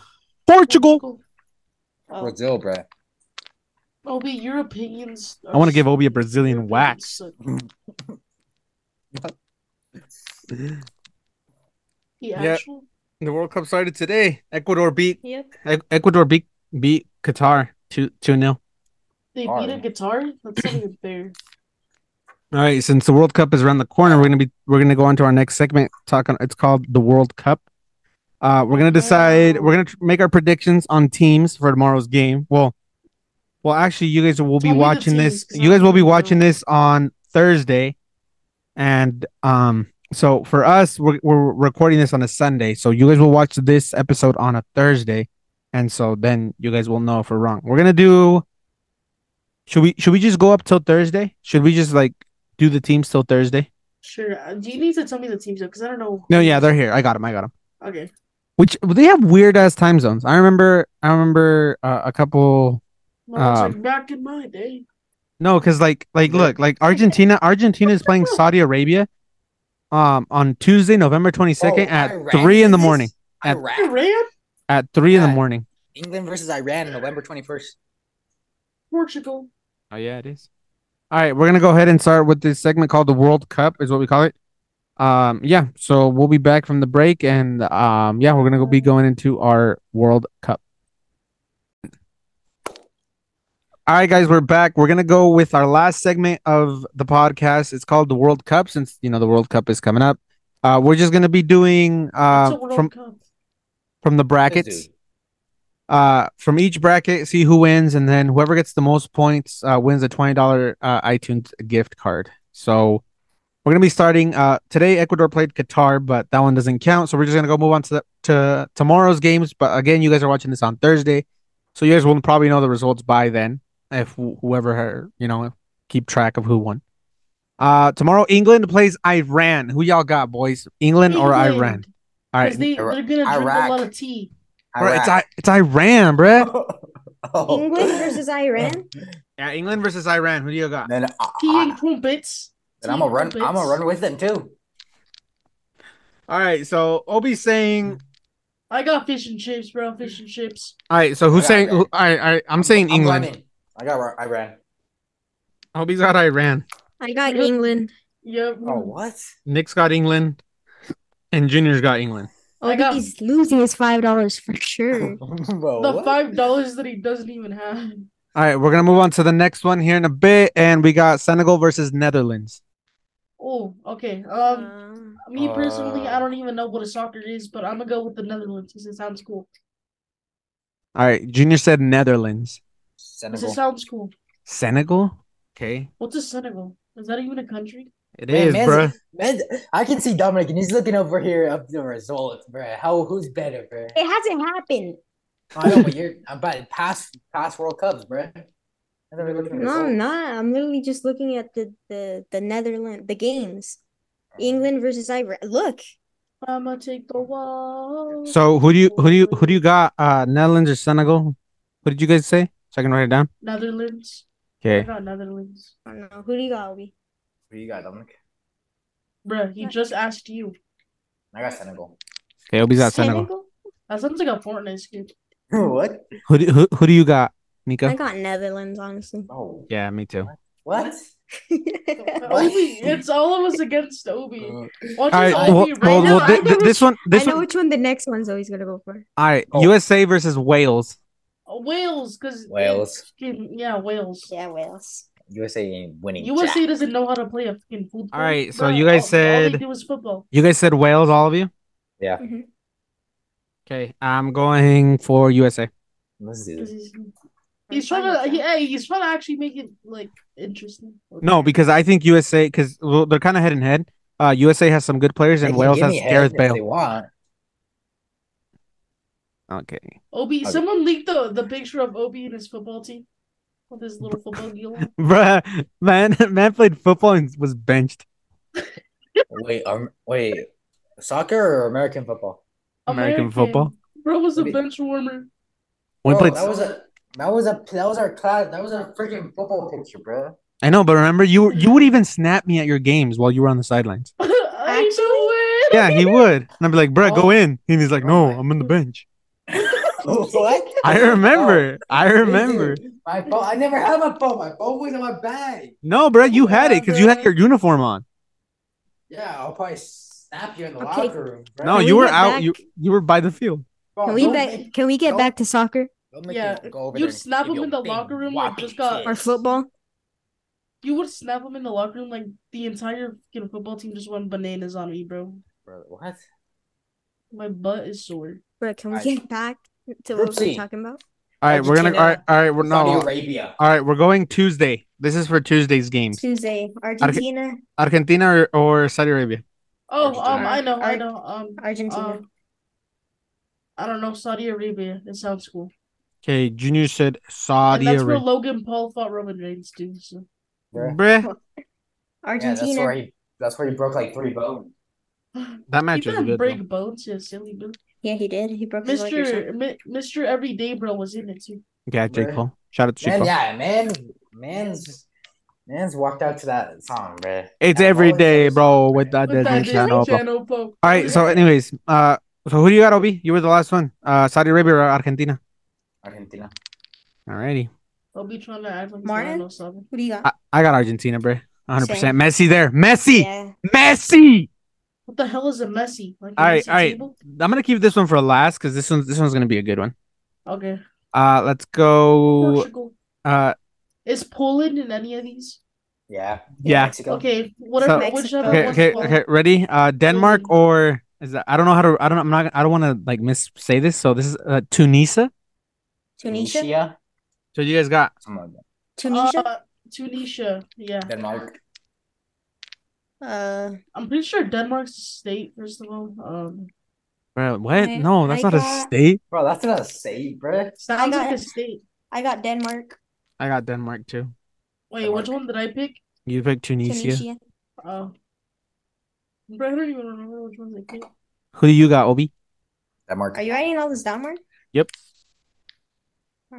Portugal.
Oh,
Brazil, bro.
Obi, your opinions.
I want to give Obi a Brazilian wax.
The
Yeah.
actual.
The World Cup started today. Ecuador beat
yep.
E- Ecuador beat beat Qatar two two 0
They
Guitar.
beat a guitar? That's not even fair.
All right, since the World Cup is around the corner, we're gonna be we're gonna go on to our next segment. Talking, it's called the World Cup. Uh, we're gonna decide. We're gonna tr- make our predictions on teams for tomorrow's game. Well, well, actually, you guys will be
Tell me the
watching this.
teams, 'cause
You
I
guys will be
don't know.
watching this on Thursday, and um, so for us, we're we're recording this on a Sunday. So you guys will watch this episode on a Thursday, and so then you guys will know if we're wrong. We're gonna do. Should we should we just go up till Thursday? Should we just like do the teams till Thursday?
(clears throat) Sure. uh, Do you need to tell me the teams though? Because I don't know.
No, yeah, they're here. I got them. I got them.
Okay.
Which they have weird ass time zones. I remember. I remember uh, a couple.
Well, it's
Um,
like back in my day.
No, because like like
Yeah.
look like Argentina. Argentina is
(laughs)
playing Saudi Arabia, um, on Tuesday, November twenty second
Oh,
at
Iran
three in the
did this?
morning. At-
Iraq.
Iran?
At three in the
Yeah.
morning.
England versus Iran, November twenty first.
Portugal.
Oh yeah, it is. All right, we're gonna go ahead and start with this segment called the World Cup, is what we call it. Um, yeah, so we'll be back from the break, and um, yeah, we're gonna go be going into our World Cup. All right, guys, we're back. We're gonna go with our last segment of the podcast. It's called the World Cup, since you know the World Cup is coming up. Uh, we're just gonna be doing
It's
uh
a World
from
Cup.
from the
Yes,
brackets.
dude.
Uh, from each bracket, see who wins, and then whoever gets the most points uh, wins a twenty dollar uh, iTunes gift card. So we're gonna be starting uh, today. Ecuador played Qatar, but that one doesn't count. So we're just gonna go move on to the, to tomorrow's games. But again, you guys are watching this on Thursday, so you guys will probably know the results by then. If wh- whoever you know keep track of who won. Uh, tomorrow England plays Iran. Who y'all got, boys? England, or Iran?
England.
All
'Cause
right,
they,
Ira-
they're gonna drink a lot
Iraq.
of tea.
Bruh, it's
Iraq.
I- it's Iran, bruh.
Oh. (laughs)
England versus Iran.
Yeah, England versus Iran. Who do you got?
Then, uh,
Tea and crumpets.
then I'm gonna run. I'm gonna run with them too.
All right, so Obi's saying.
I got fish and chips, bro. Fish and chips.
All right, so who's
got
saying?
Iran.
Who, I, I, I'm saying
I'm
England.
running. I got. Ra- I ran.
Obi's got Iran.
(laughs) I got
Really?
England.
Yeah.
Oh what?
Nick's got England, and Junior's got England.
I got
He's losing his five dollars for
(laughs)
sure.
Bro,
the
what?
five dollars that he doesn't even have.
All right, we're gonna move on to the next one here in a bit, and we got Senegal versus Netherlands.
Oh, okay. Um,
Um,
me personally,
Uh.
I don't even know what a soccer is, but I'm gonna go with the Netherlands because it sounds cool.
All right, Junior said Netherlands.
Because it
Senegal.
sounds cool.
Senegal. Okay,
What's a Senegal? Is that even a country?
it
Man,
is,
man's-
bruh.
Man, I can see Dominic, and he's looking over here up the results, bro. How who's better, bro?
it hasn't happened.
I know, but you're about past past World Cups, bro.
No, I'm not. I'm literally just looking at the the the Netherlands the games. England versus Iran. Look,
I'm gonna take the wall.
So who do you who do you who do you got? Uh, Netherlands or Senegal? What did you guys say? So I can write it down.
Netherlands. I
Okay.
got Netherlands.
I don't know who do you got, Obi?
Who you got, Dominic?
Bruh, he just asked you.
I got Senegal. (laughs)
Okay, Obi's got Senegal.
That sounds like a Fortnite skin.
what?
Who do, who, who do you got,
I
Nico?
got Netherlands, honestly. (laughs)
Oh,
Yeah, me too.
what?
Obi, it's all of us against Obi. Watch
All right,
us
I-
well,
Obi
well,
right
know,
well,
now.
thi-
I
thi-
know
this one,
I
this
know
one.
which one the next one's always gonna go for.
All right,
Oh.
USA versus Wales.
Wales, because
Wales.
yeah, Wales.
Yeah, Wales.
USA ain't winning.
USA
jack.
doesn't know how to play a fucking football.
All right, so
Bruh,
you guys
all- all they
said-
do is football.
You guys said Wales, all of you.
Yeah,
Mm-hmm.
Okay, I'm going for USA.
let's do
'cause
this.
He's, he's trying to, he, hey, he's trying to actually make it like interesting.
No, because I think USA because well, they're kind of head and head. Uh, USA has some good players,
They
and
can
Wales
give
has
me head
Gareth
if
Bale.
They want.
Okay, (laughs)
Obi,
Okay.
someone leaked the, the picture of Obi and his football team with his little football
(laughs)
gear. on.
bruh, man, (laughs) man played football and was benched.
Wait, um, wait, soccer or American football?
American football?
Bro was a
Obi-
bench warmer. (laughs)
We
Bro,
played.
that was a that was a that was our class. That was our freaking football picture,
(laughs)
bro.
I know, but remember, you you would even snap me at your games while you were on the sidelines.
I know it.
Yeah,
(laughs)
he would, and I'd be like, bruh, go
Oh.
in," and he's like,
Oh
"No,
my
I'm on the bench."
what?
I remember. I
Oh,
remember.
dude, My phone. I never had my phone. My phone was in my bag.
No, bro, you had it
Yeah,
because you had
bruh.
your uniform on.
Yeah, I'll probably snap you in the
Okay.
locker room. Bro.
No,
Can
you
we
were
get
out.
back-
You you were by the field.
Bro,
Can we
don't
back?
make-
Can we get
don't-
back to soccer
don't make
Yeah,
me go over
you
there and
snap
give
him
you
in
a
the
big
locker room,
whopping
like, just uh, got-
or
kick.
football?
You would snap him in the locker room like the entire fucking football team just went bananas on me, bro.
Bro, what?
My butt is sore.
But can we
Alright.
get back to what
Group
we're
C.
talking about?
All right, we're gonna. All right,
Argentina,
all right, we're no.
Saudi
All
Arabia.
right, we're going Tuesday. This is for Tuesday's games.
Tuesday, Argentina,
Argentina or, or Saudi Arabia.
Oh, um,
Argentina.
I know, I
Ar-
know. Um,
Argentina.
um, I don't know. Saudi Arabia. It sounds cool.
Okay, Junior said
and
Saudi
that's where
Arabia.
Logan Paul fought Roman Reigns too. So
Bro.
Bruh,
Yeah, that's where
Argentina.
he. That's where he broke like three bones.
(laughs)
that
he
match was
didn't
good.
break
though.
bones, yeah, silly dude.
Yeah, he did. He broke his leg or something.
Mister Mi- Mister Everyday Bro was in it too.
Yeah, Jake
Bruh.
Paul. Shout out to Jake
Man,
Paul.
yeah, man, man's man's walked out to that song, bro.
It's
I've
every
always
day,
noticed-
bro, with that
But
Disney
that Disney
Channel. bro.
Channel folk.
All right, so anyways, uh, so who do you got, Obi? You were the last one. Uh, Saudi Arabia or Argentina?
Argentina.
Alrighty,
I'll be trying to oh act like
Martin?
Martin. Something.
Uh,
What do you got?
I, I got Argentina, bruh. 100 percent
Same.
Messi there. Messi,
Yeah.
Messi.
What the hell is a messy? Like a
All right,
messy
all right.
table?
I'm gonna keep this one for last because this one's this one's gonna be a good one.
Okay.
Uh, let's
Oh,
go.
Portugal.
Uh,
Is Poland in any of these?
Yeah.
Yeah.
Mexico.
Okay, whatever.
So-
whichever
okay,
one's
okay,
Poland.
okay. Ready? Uh, Denmark
Poland.
or is that? I don't know how to. I don't. I'm not. I don't want to like miss say this. So this is uh, Tunisia.
Tunisia?
Tunisia.
So you guys got
Something like that.
Tunisia?
Uh, Tunisia. Yeah,
Denmark.
Uh,
I'm pretty sure Denmark's a state. First of all, um,
bro, what?
I-
No, that's
I
not a
got-
state.
Bro, that's not a state, bro.
sounds
got
like a
it.
state.
I got Denmark,
I got Denmark too.
Wait,
Denmark.
which one did I pick?
You picked Tunisia.
Tunisia.
Oh, bro, I don't even remember which ones I picked.
Who do you got, Obi?
Denmark.
Are you writing all this down, Mark?
Yep.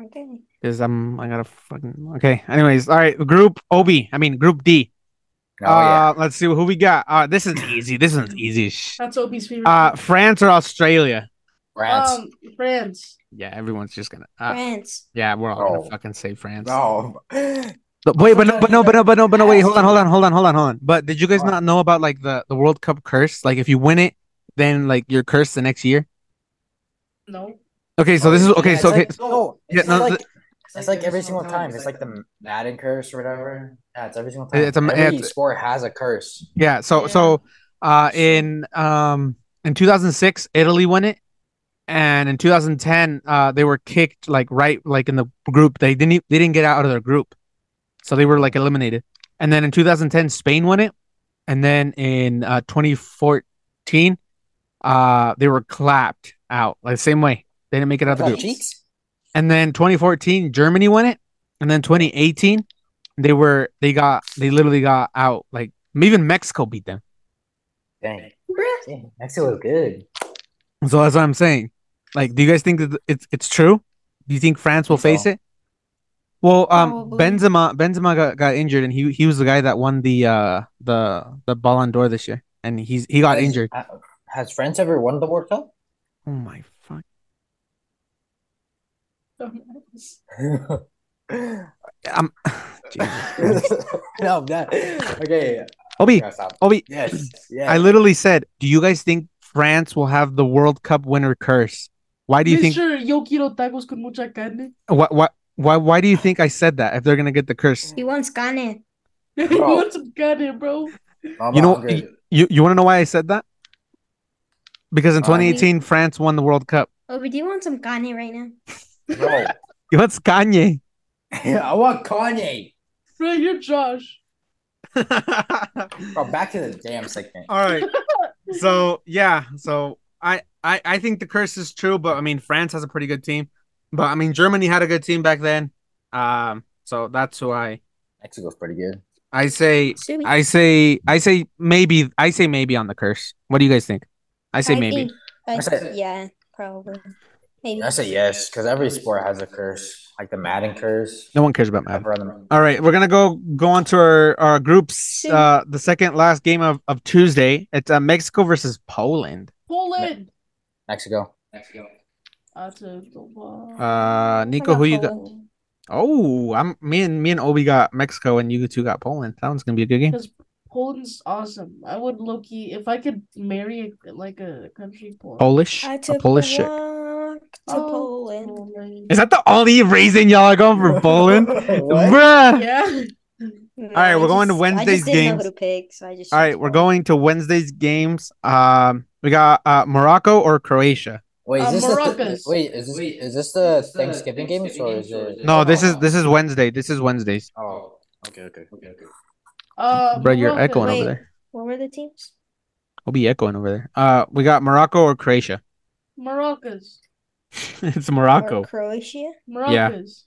Okay.
Because I'm. I gotta fucking. Okay. Anyways, all right. Group Obi. I mean Group D.
Oh yeah.
uh, let's see who we got. Uh, this is easy. This is easy. Sh-
That's Opie's favorite.
Uh, France or Australia?
France.
um, France.
Yeah, everyone's just gonna. Uh,
France.
yeah, we're all gonna
Oh.
fucking say France.
no.
But wait, but no, but no, but no, but no, but no. Wait, hold on,
Yes.
hold on, hold on, hold on, hold on. But did you guys
What?
not know about like the the World Cup curse? Like, if you win it, then like you're cursed the next year.
No.
Okay, so this is
Yeah,
okay.
it's
So okay,
like- no,
yeah,
it's
no,
like
It's
it's like every single time. It's like the Madden curse or whatever. Yeah, it's every single time.
It's a-
every
it's-
sport has a curse.
yeah. So
Yeah.
so, uh, in um in 2006, Italy won it, and in 2010, uh, they were kicked like right like in the group. They didn't e- they didn't get out of their group, so they were like eliminated. And then in 2010, Spain won it, and then in uh 2014, uh, they were clapped out like same way. They didn't make it out of the
Oh,
group.
cheeks?
And then 2014, Germany won it. And then 2018, they were they got they literally got out. Like even Mexico beat them.
Dang. Dang, Mexico was good.
So that's what I'm saying. Like, do you guys think that it's it's true? Do you think France will face
No.
it? Well, um,
Probably.
Benzema Benzema got, got injured, and he he was the guy that won the uh the the Ballon d'Or this year, and he's he got
Has-
injured.
uh, Has France ever won the World Cup?
Oh my fuck! (laughs) I'm (sighs) Jesus.
(laughs) no, I'm not. Okay.
Obi
yeah, stop.
Obi.
Yes. Yes.
I literally said, do you guys think France will have the World Cup winner curse? Why do you think
Mr. Yo quiero tacos con mucha carne. (laughs)
Why, why, why, why do you think I said that? If they're gonna get the curse,
He wants Ghana.
You
Bro.
want some carne, bro?
I'm
you know-
hungry.
you you want to know why I said that? Because in
Why?
2018, France won the World Cup.
Obi, do you want some Ghana right now?
Bro,
(laughs) You want Kanye?
I want Kanye.
Bro, you're Josh.
(laughs)
bro, back to the damn segment.
All right. So yeah. So I, I I think the curse is true, but I mean France has a pretty good team. But I mean Germany had a good team back then. Um. So that's why
Mexico's pretty good.
I say
Sweet.
I say I say maybe I say maybe on the curse. What do you guys think? I say maybe.
think- I
said-
yeah, probably. Maybe.
I say yes, because every sport has a curse. Like the Madden curse.
No one cares about math.
Ever on the-
All right, we're gonna go go on to our, our groups.
Sure.
Uh, the second last game of, of Tuesday. It's uh, Mexico versus Poland.
Poland.
Mexico.
Uh, to the-
Uh,
I
Nico, who you got?
Poland.
Oh, I'm me and me and Obi got Mexico, and you two got Poland. That one's gonna be a good game.
Because Poland's awesome. I would Loki if I could marry like a country Poland.
Polish,
I
a
took
Polish
a
chick.
walk to
Oh,
Poland.
Poland.
Is that the only reason y'all are going for
(laughs)
Poland?
What?
Bruh. (laughs)
Yeah.
All
right, we're going to
I
Wednesday's
just didn't know
games.
who to pick, so I just
All right,
chose
we're
Poland.
going to Wednesday's games. Um, we got uh Morocco or Croatia.
Wait, is
Uh,
this the th-
Maracas.
wait? Is this is this the Thanksgiving games or is it?
No, this is this is Wednesday. This is Wednesday's.
Oh, okay, okay, okay, okay.
Uh,
Bro, you're
Morocco.
echoing
Oh, Wait.
over there.
What were the teams?
Obi echoing over there. Uh, we got Morocco or Croatia. (laughs)
Maracas.
it's
Or
Morocco.
Croatia?
Maracas.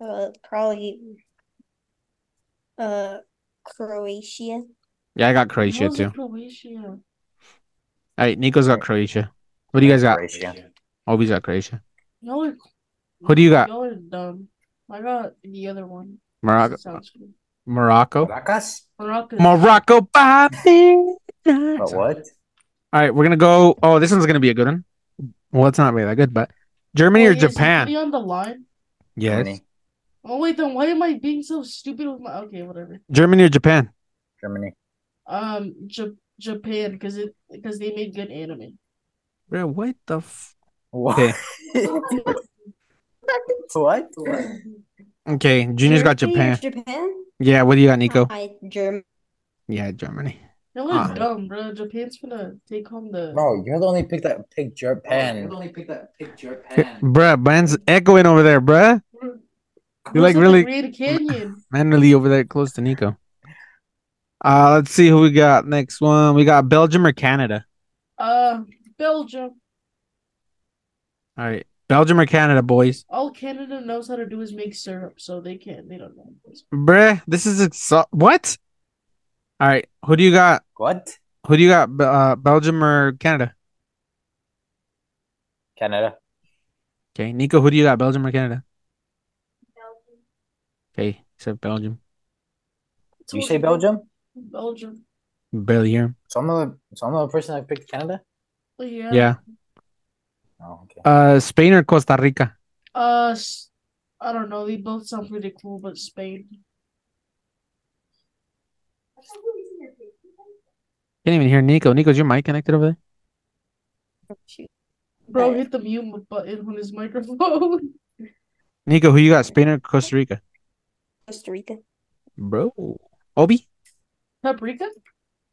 Uh, probably. Uh, Croatia.
Yeah, I got Croatia
How's it
too.
Croatia.
All right, Nico's got Croatia. What do you guys got?
Croatia.
Obi's got Croatia.
Y'all are,
Who do you got?
Y'all are dumb. I got the other one.
Morocco.
Sounds good.
Morocco.
Maracas?
Maracas.
Morocco. By midnight.
But
All
Oh, what?
right, we're gonna go. Oh, this one's gonna be a good one. Well, it's not really that good, but Germany
Wait,
or
is it
Japan?
me on the line?
Yes.
Germany.
Oh wait, then why am I being so stupid with my? Okay, whatever.
Germany or Japan?
Germany.
Um, Ja- Japan because it because they made
(laughs)
good anime.
Bro, what the f-
What?
Okay.
(laughs) what?
Okay, Junior's got
Germany
Japan.
or Japan?
Yeah, what do you got, Nico?
Hi, Germany.
Yeah, Germany.
That was
Ah.
dumb, bro. Japan's gonna take home the.
Bro, you're the only pick that picked Japan.
You're the
only pick that picked Japan.
Bruh, man's echoing over there, bruh. You're like
Looks
really
the Grand Canyon.
manually over there close to Nico. Uh let's see who we got next one. We got Belgium or Canada.
Uh, Belgium.
All right. Belgium or Canada, boys.
All Canada knows how to do is make syrup, so they can't. They don't know.
Bruh, this is exa- what? All right. Who do you got?
What?
Who do you got? Be- Uh, Belgium or Canada?
Canada.
Okay. Nico, who do you got? Belgium or Canada? Okay. Except Belgium.
Did you say Belgium?
Belgium.
Belgium.
So I'm the so I'm the person that picked Canada.
Yeah.
Yeah.
Oh, okay.
Uh, Spain or Costa Rica?
Uh, s- I don't know. They both sound pretty cool, but Spain.
Can't even hear Nico. Nico, is your mic connected over there?
Shoot.
Bro,
Uh,
hit the mute button on his microphone. (laughs)
Nico, who you got? Spain or Costa Rica?
Costa Rica.
Bro. Obi?
Paprika?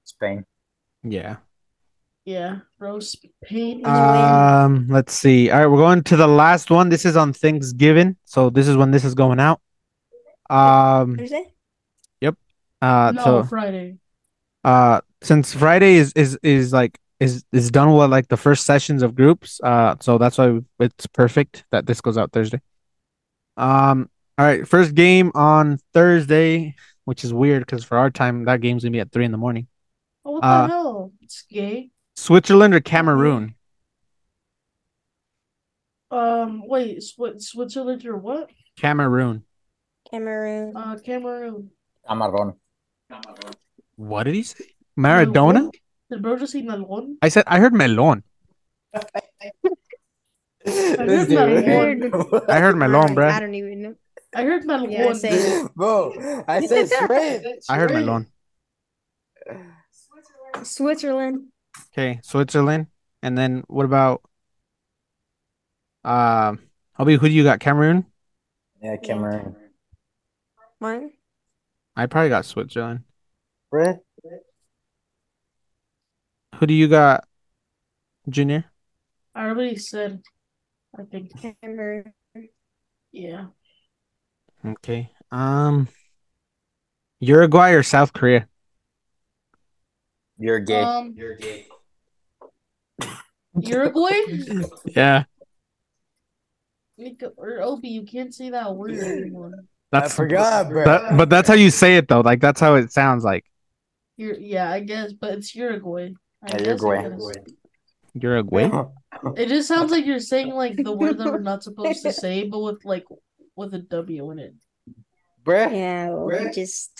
Spain.
Yeah.
Yeah, bro. Spain.
Uh, Enjoying.
Um, let's see. All right, we're going to the last one. This is on Thanksgiving, so this is when this is going out. Um,
Thursday?
uh,
no,
so
Friday.
uh, since Friday is is is like is is done with like the first sessions of groups. Uh, so that's why it's perfect that this goes out Thursday. Um, all right, first game on Thursday, which is weird because for our time that game's gonna be at three in the morning.
Oh, what
uh,
the hell? It's gay.
Switzerland or Cameroon?
Um, wait, Swi- Switzerland or what?
Cameroon.
Cameroon.
Uh, Cameroon.
Cameroon.
What did he say? Maradona?
Melon? Did bro just say melon?
I said I heard Melon.
heard
This
my
(laughs) dude.
I heard Melon,
Alright,
bruh.
I don't even know.
I heard melon.
Yeah, same.
Bro, I said straight.
I heard
Right.
Melon.
Switzerland.
Okay, Switzerland, and then what about? Um, Obi, who do you got? Cameroon.
Yeah, Cameroon.
Mine.
I probably got Switzerland.
Brit.
Who do you got, Junior?
I already said, I think.
Cameroon.
Yeah.
Okay. Um, Uruguay or South Korea?
You're gay.
Um,
You're gay.
Uruguay?
Yeah,
Nico- or Obi, you can't say that word anymore.
I
that's
forgot, bro.
that, but that's how you say it though. Like that's how it sounds like
You're, yeah, I guess, but it's Uruguay. I
Yeah,
guess it
Uruguay.
is.
Uruguay.
It just sounds like you're saying like the word that we're not supposed to say, but with like with a W in it.
Bruh.
Yeah, well,
Where?
just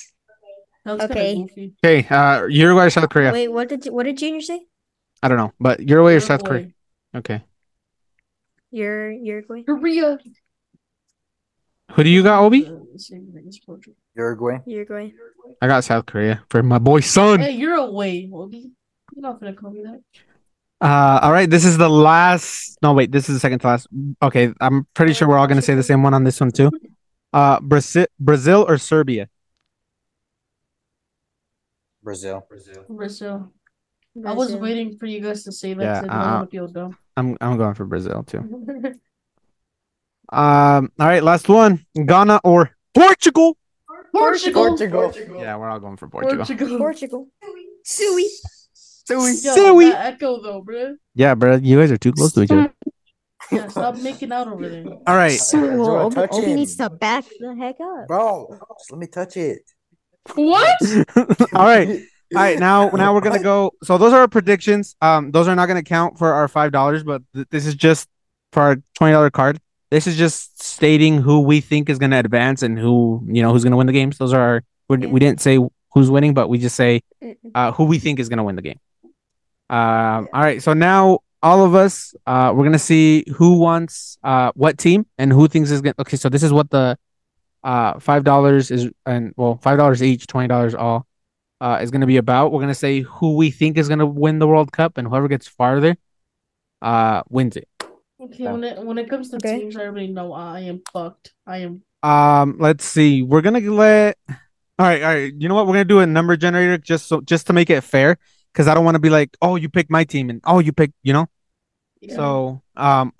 Sounds
Okay.
kind of goofy.
Okay. Uh, Uruguay or South Korea?
wait. What did you, what did Junior say?
I don't know, but Uruguay or South Korea?
Uruguay.
Okay.
Your Uruguay.
Korea.
Who do you got, Obi?
Uh, same thing as Portugal.
Uruguay.
Uruguay.
I got South Korea for my boy son.
Hey, you're away, Obi. You're not gonna call me that.
Uh, all right. This is the last. No, wait. This is the second to last. Okay, I'm pretty sure we're all gonna say the same one on this one too. Uh, Brazil, Brazil or Serbia?
Brazil. Brazil.
Brazil. I was
Brazil.
waiting for you guys to say that.
Yeah,
'cause I didn't
uh,
want to feel dumb.
I'm I'm going for Brazil too. Um, all right, last one. Ghana or Portugal?
(laughs) Portugal.
Portugal.
Yeah, we're all going for Portugal.
Portugal.
Portugal. Suey.
Yo,
Suey.
that echo though, bro.
Yeah, bro, you guys are too close to each other.
Yeah, stop making out
(laughs)
over there.
All right,
Bro,
Suey. Obi,
touch
Obi
him.
needs to back the heck up.
Bro, just let me touch it.
What?
all right, all right. Now, now we're gonna go. So those are our predictions. Um, those are not gonna count for our five dollars, but th- this is just for our twenty dollar card. This is just stating who we think is gonna advance and who you know who's gonna win the games. Those are our. We,
Yeah.
we didn't say who's winning, but we just say
Mm-mm.
uh, who we think is going to win the game. Um, All right, so now all of us, uh, we're gonna see who wants uh, what team and who thinks is gonna. Okay, so this is what the uh, five dollars is, and well, five dollars each, twenty dollars all. uh, is going to be about. We're going to say who we think is going to win the World Cup, and whoever gets farther uh, wins it.
Okay, when it when it comes to
Okay.
teams, I already know I am fucked. I am
Um, let's see. We're gonna let. All right, all right. You know what? We're gonna do a number generator just so just to make it fair, because I don't want to be like, oh, you picked my team, and oh, you picked, you know.
yeah.
So, um,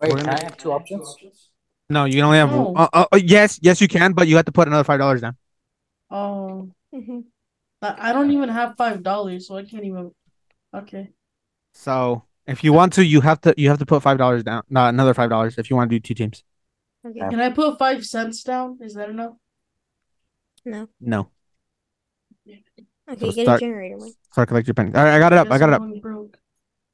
Wait,
We're
can
gonna-
I have two options?
no, you can only have.
No.
Uh, uh, uh, yes, yes, you can, but you have to put another five dollars down.
Oh,
Mhm.
but I don't even have five dollars, so I can't even. Okay.
So, if you want to, you have to you have to put five dollars down. No, another five dollars if you want to do two teams.
Okay.
Yeah.
Can I put five cents down? Is that enough?
No,
Okay,
So
get
start-
a generator one.
start collect your pennies. All right, I got it up. I
Guess
got it
I'm
up.
going broke.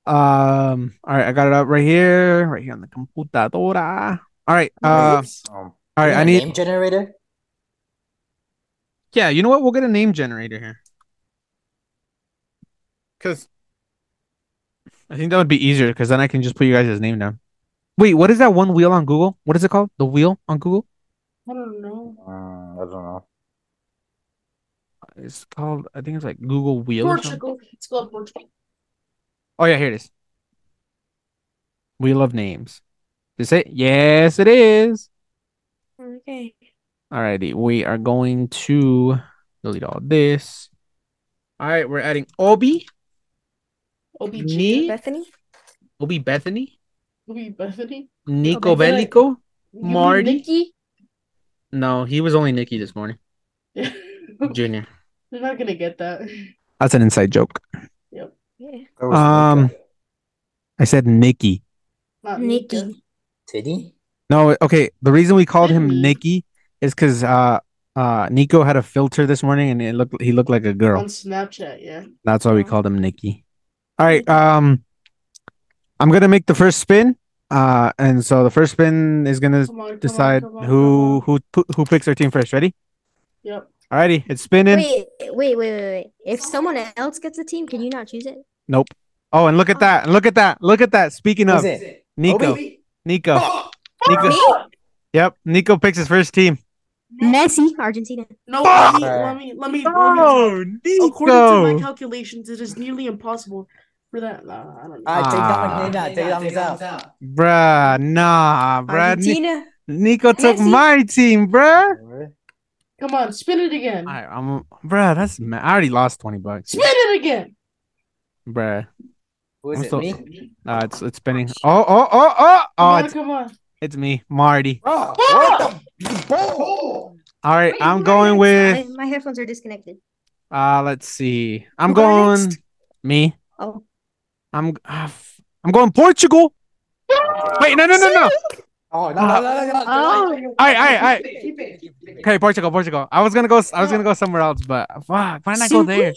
Um, all right, I got it up right here, right here on the computadora. All right, uh,
Oops.
Um,
all right.
you
I
have a
need.
name generator.
Yeah, you know what? We'll get a name generator here. Cause I think that would be easier because then I can just put you guys' name down. Wait, what is that one wheel on Google? What is it called? The wheel on Google?
I don't know.
Mm, I don't know.
It's called I think it's like Google Wheel. or something.
Portugal. It's called Portugal.
Oh yeah, here it is. Wheel of names. Is it? Yes, it is.
Okay.
Alrighty, we are going to delete all this. All right, we're adding Obi,
OBG.
Me?
Bethany?
Obi Bethany,
Obi Bethany.
Nico
Okay, good.
Bellico.
You mean
Marty?
Nikki?
No, he was only Nikki this morning.
(laughs) They're
Junior.
not gonna get that. (laughs)
That's an inside joke.
Yeah.
That was
Um, I said Nikki.
Not Nika.
Nikki.
Titty.
No, okay. The reason we called him
Nikki.
Nikki is because uh uh Nico had a filter this morning and it looked he looked like a girl.
On Snapchat, yeah.
That's why we
Oh.
called him Nikki. All right. Um, I'm gonna make the first spin. Uh, and so the first spin is gonna
Come on, come on,
decide
come on,
who
come on.
who pu- who picks our team first. Ready?
Yep.
Alrighty, it's spinning.
Wait, wait, wait, wait, wait. If someone else gets a team, can you not choose it?
Nope. Oh, and look at
Oh.
that! Look at that! Look at that! Speaking
Who
of
is it? Oh.
Nico,
Obi?
Nico, Nico.
Me?
Yep, Nico picks his first team.
Messi, Argentina.
No,
Fuck!
let me, let me, let me.
Oh, Nico!
According to my calculations, it is nearly impossible for that. Nah, I don't know.
I take
Ah.
down Nina. Take down out.
bruh, nah, bruh. Ni-
Argentina.
Nico took
Messi.
my team, bruh.
Come on, spin it again.
I, I'm, bruh, that's ma- I already lost twenty bucks,
Spin it again.
bruh.
Who is
I'm
it?
so-
Me?
Uh, it's it's spinning. Oh, oh, oh, oh,
Come
oh!
on,
It's,
come on.
it's me, Marty.
Bro,
All right, I'm going
My,
with.
my headphones are disconnected.
Uh, let's see. I'm
Who got
going me. (laughs)
Oh.
I'm ah, f- I'm going Portugal. Wait, no, no, no, no.
Oh no, no, no, no, no.
Ah.
Oh.
All right, all right, all right.
Keep it, keep it.
Okay, Portugal, Portugal. I was gonna go. I was gonna go somewhere else, but fuck, why not go
Super?
there?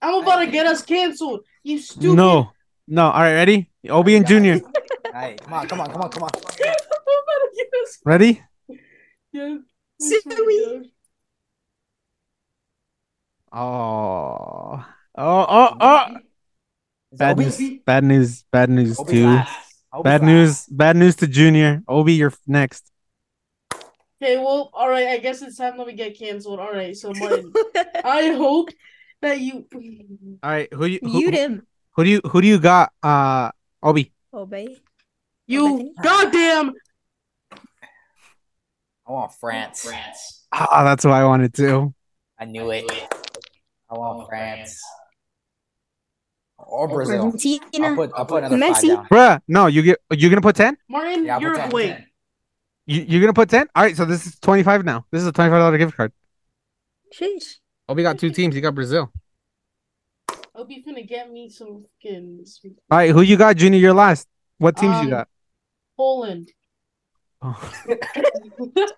I'm about to get us canceled. You stupid.
No, no. All right, ready? Obi and Junior,
All right, come on, come on, come on, come on.
(laughs) I'm about to get us
ready?
canceled.
Suey.
(laughs) Oh, oh, oh, oh.
Is it
Bad
Obi?
news. Bad news. Bad news
Obi's
too.
last. Obi's
Bad
last.
news. Bad news to Junior. Obi, you're f- next.
Okay, well, all right. I guess it's time that we get canceled. All right, so Martin, (laughs) I hope that you.
All right, who you who,
Mute
who,
him.
who do you who do you got? Uh, Obi.
Obey.
You
Oh
Bethany?
goddamn.
I want France.
Ah, that's what I wanted to.
I knew it. I want France. Or Brazil. I'll
Argentina.
put, I'll put another
Messi.
five down.
Bruh, no, you get you're gonna put ten.
Martin,
Yeah, I'll put ten.
Uruguay.
You, you're gonna put ten. All right, so this is twenty five now. This is a twenty five dollar gift card.
Sheesh.
Obi got two teams. He got Brazil.
I'll be finna get me some fucking
All right, who you got, Junior? You're last. What teams
Um,
you got?
Poland. (laughs)
(sighs) (laughs) Oh.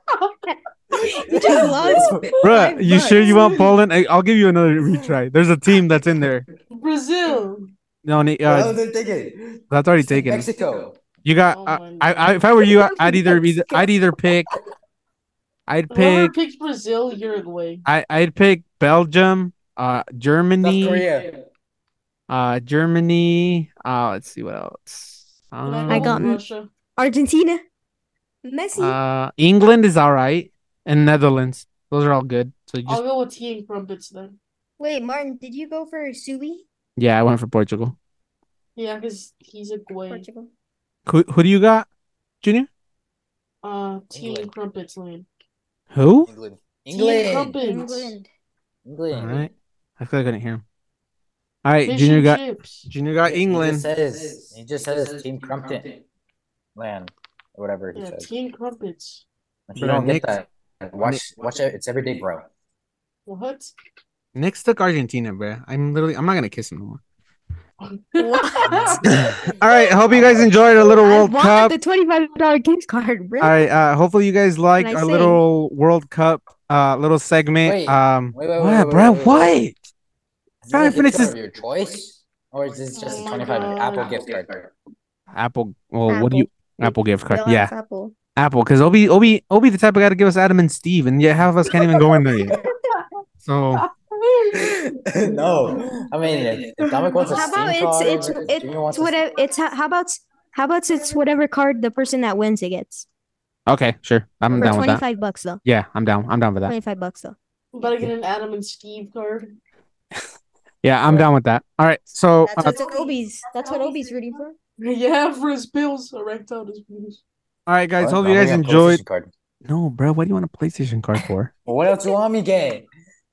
You just lost.
Bruh, you
bucks.
sure you want Poland? I, I'll give you another retry. There's a team that's in there.
Brazil.
No, ne-
What
uh,
else did they take?
that's already taken.
Mexico.
You got.
Oh
uh,
my
I, I,
God.
if I were you, I- I'd either be,
Mexico.
I'd either pick. I'd
Whoever
pick.
picks Brazil, Uruguay.
I, I'd pick Belgium, uh,
South
Germany,
Korea.
uh, Germany. Uh, let's see what else.
Can
Um,
I got-
with Russia.
Argentina. Messi.
uh, England is all right, and Netherlands. Those are all good. So you just
I'll go with Team Crumpets then.
Wait, Martin, did you go for Sui?
Yeah, I went for Portugal.
Yeah, because he's a Gway.
Portugal.
Who who do you got, Junior?
Uh, Team
England.
Crumpets Lane.
Who?
England.
Team
England.
Crumpets.
England.
England.
All right. I feel like I couldn't hear him. All right,
Fish
Junior
and
got
chips.
Junior got
He just
England.
says, he just says Team Crumpton land or whatever he
Yeah,
says.
Team Crumpets.
If
But
you don't
Nick-
get that, watch watch it. It's every day, bro.
What?
(laughs)
Nick's took Argentina, bro. I'm literally I'm not gonna kiss him no more. (laughs)
(laughs)
What?
All right, I hope you guys enjoyed our little
I
World
want
Cup.
the twenty-five dollar gift card, bro.
All right, uh, hopefully you guys like
I
our
sing?
little World Cup uh little segment.
Wait,
um
wait, wait, wait,
what,
wait,
bro?
wait, wait.
what?
Is
Trying
this a
to finish
gift card
this-
of your choice, or is this just
Oh
a
my
twenty-five
God.
Apple gift card?
Apple. Well, what do you? Apple gift card.
Y'all
Yeah,
have Apple.
Apple. Because Obi, Obi, Obi, the type of guy to give us Adam and Steve, and yeah, half of us can't even go in there yet. (laughs) So
no, I mean, if, if Dominic wants a
How
Steam
about
card,
it's
or if
it's
Junior
it's
wants a-
whatever it's ho- how about how about it's whatever card the person that wins it gets
okay, sure, I'm
for
down with
twenty
that.
five bucks though.
Yeah, I'm down. I'm down with that.
Twenty five bucks though.
Better get an Adam and Steve card. (laughs)
Yeah, I'm down with that. All right, so uh,
That's what Obi's. That's what Obi's rooting for.
Yeah, for his bills. I racked out his bills.
all right, guys,
Well,
hope you
Dominic
guys
got a
enjoyed.
PlayStation card.
No, bro, what do you want a PlayStation card for?
Well, what else you want me to get?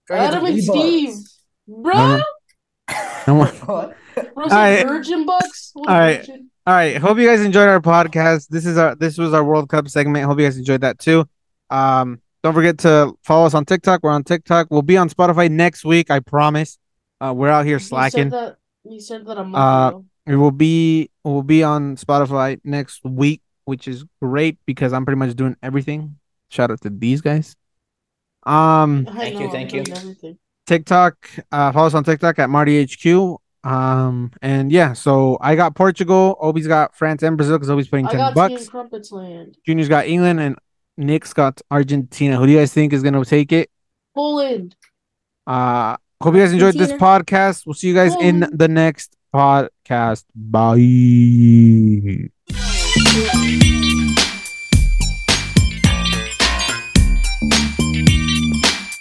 Try to get
Adam
the
and
V-Bucks.
Steve.
No,
Bro,
no. No one-
(laughs) What?
bro, is
Alright.
it Virgin Bucks? What
Alright.
Virgin?
(laughs) All right. Hope you guys enjoyed our podcast. This is our this was our World Cup segment. Hope you guys enjoyed that too. Um, don't forget to follow us on TikTok. We're on TikTok. We'll be on Spotify next week. I promise. Uh, we're out here slacking.
You said that, you said that a month
Uh,
ago.
It will be it will be on Spotify next week, which is great because I'm pretty much doing everything. Shout out to these guys. Um,
I
Thank you,
know, I'm
thank you.
doing everything.
TikTok, uh, follow us on TikTok at Marty HQ. Um, and yeah, so I got Portugal. Obi's got France and Brazil because Obi's putting
I
ten
got
bucks.
Team Crumpets Land.
Junior's got England and Nick's got Argentina. Who do you guys think is gonna take it?
Poland.
Uh, hope you guys enjoyed this podcast. We'll see you guys in the next podcast. Bye.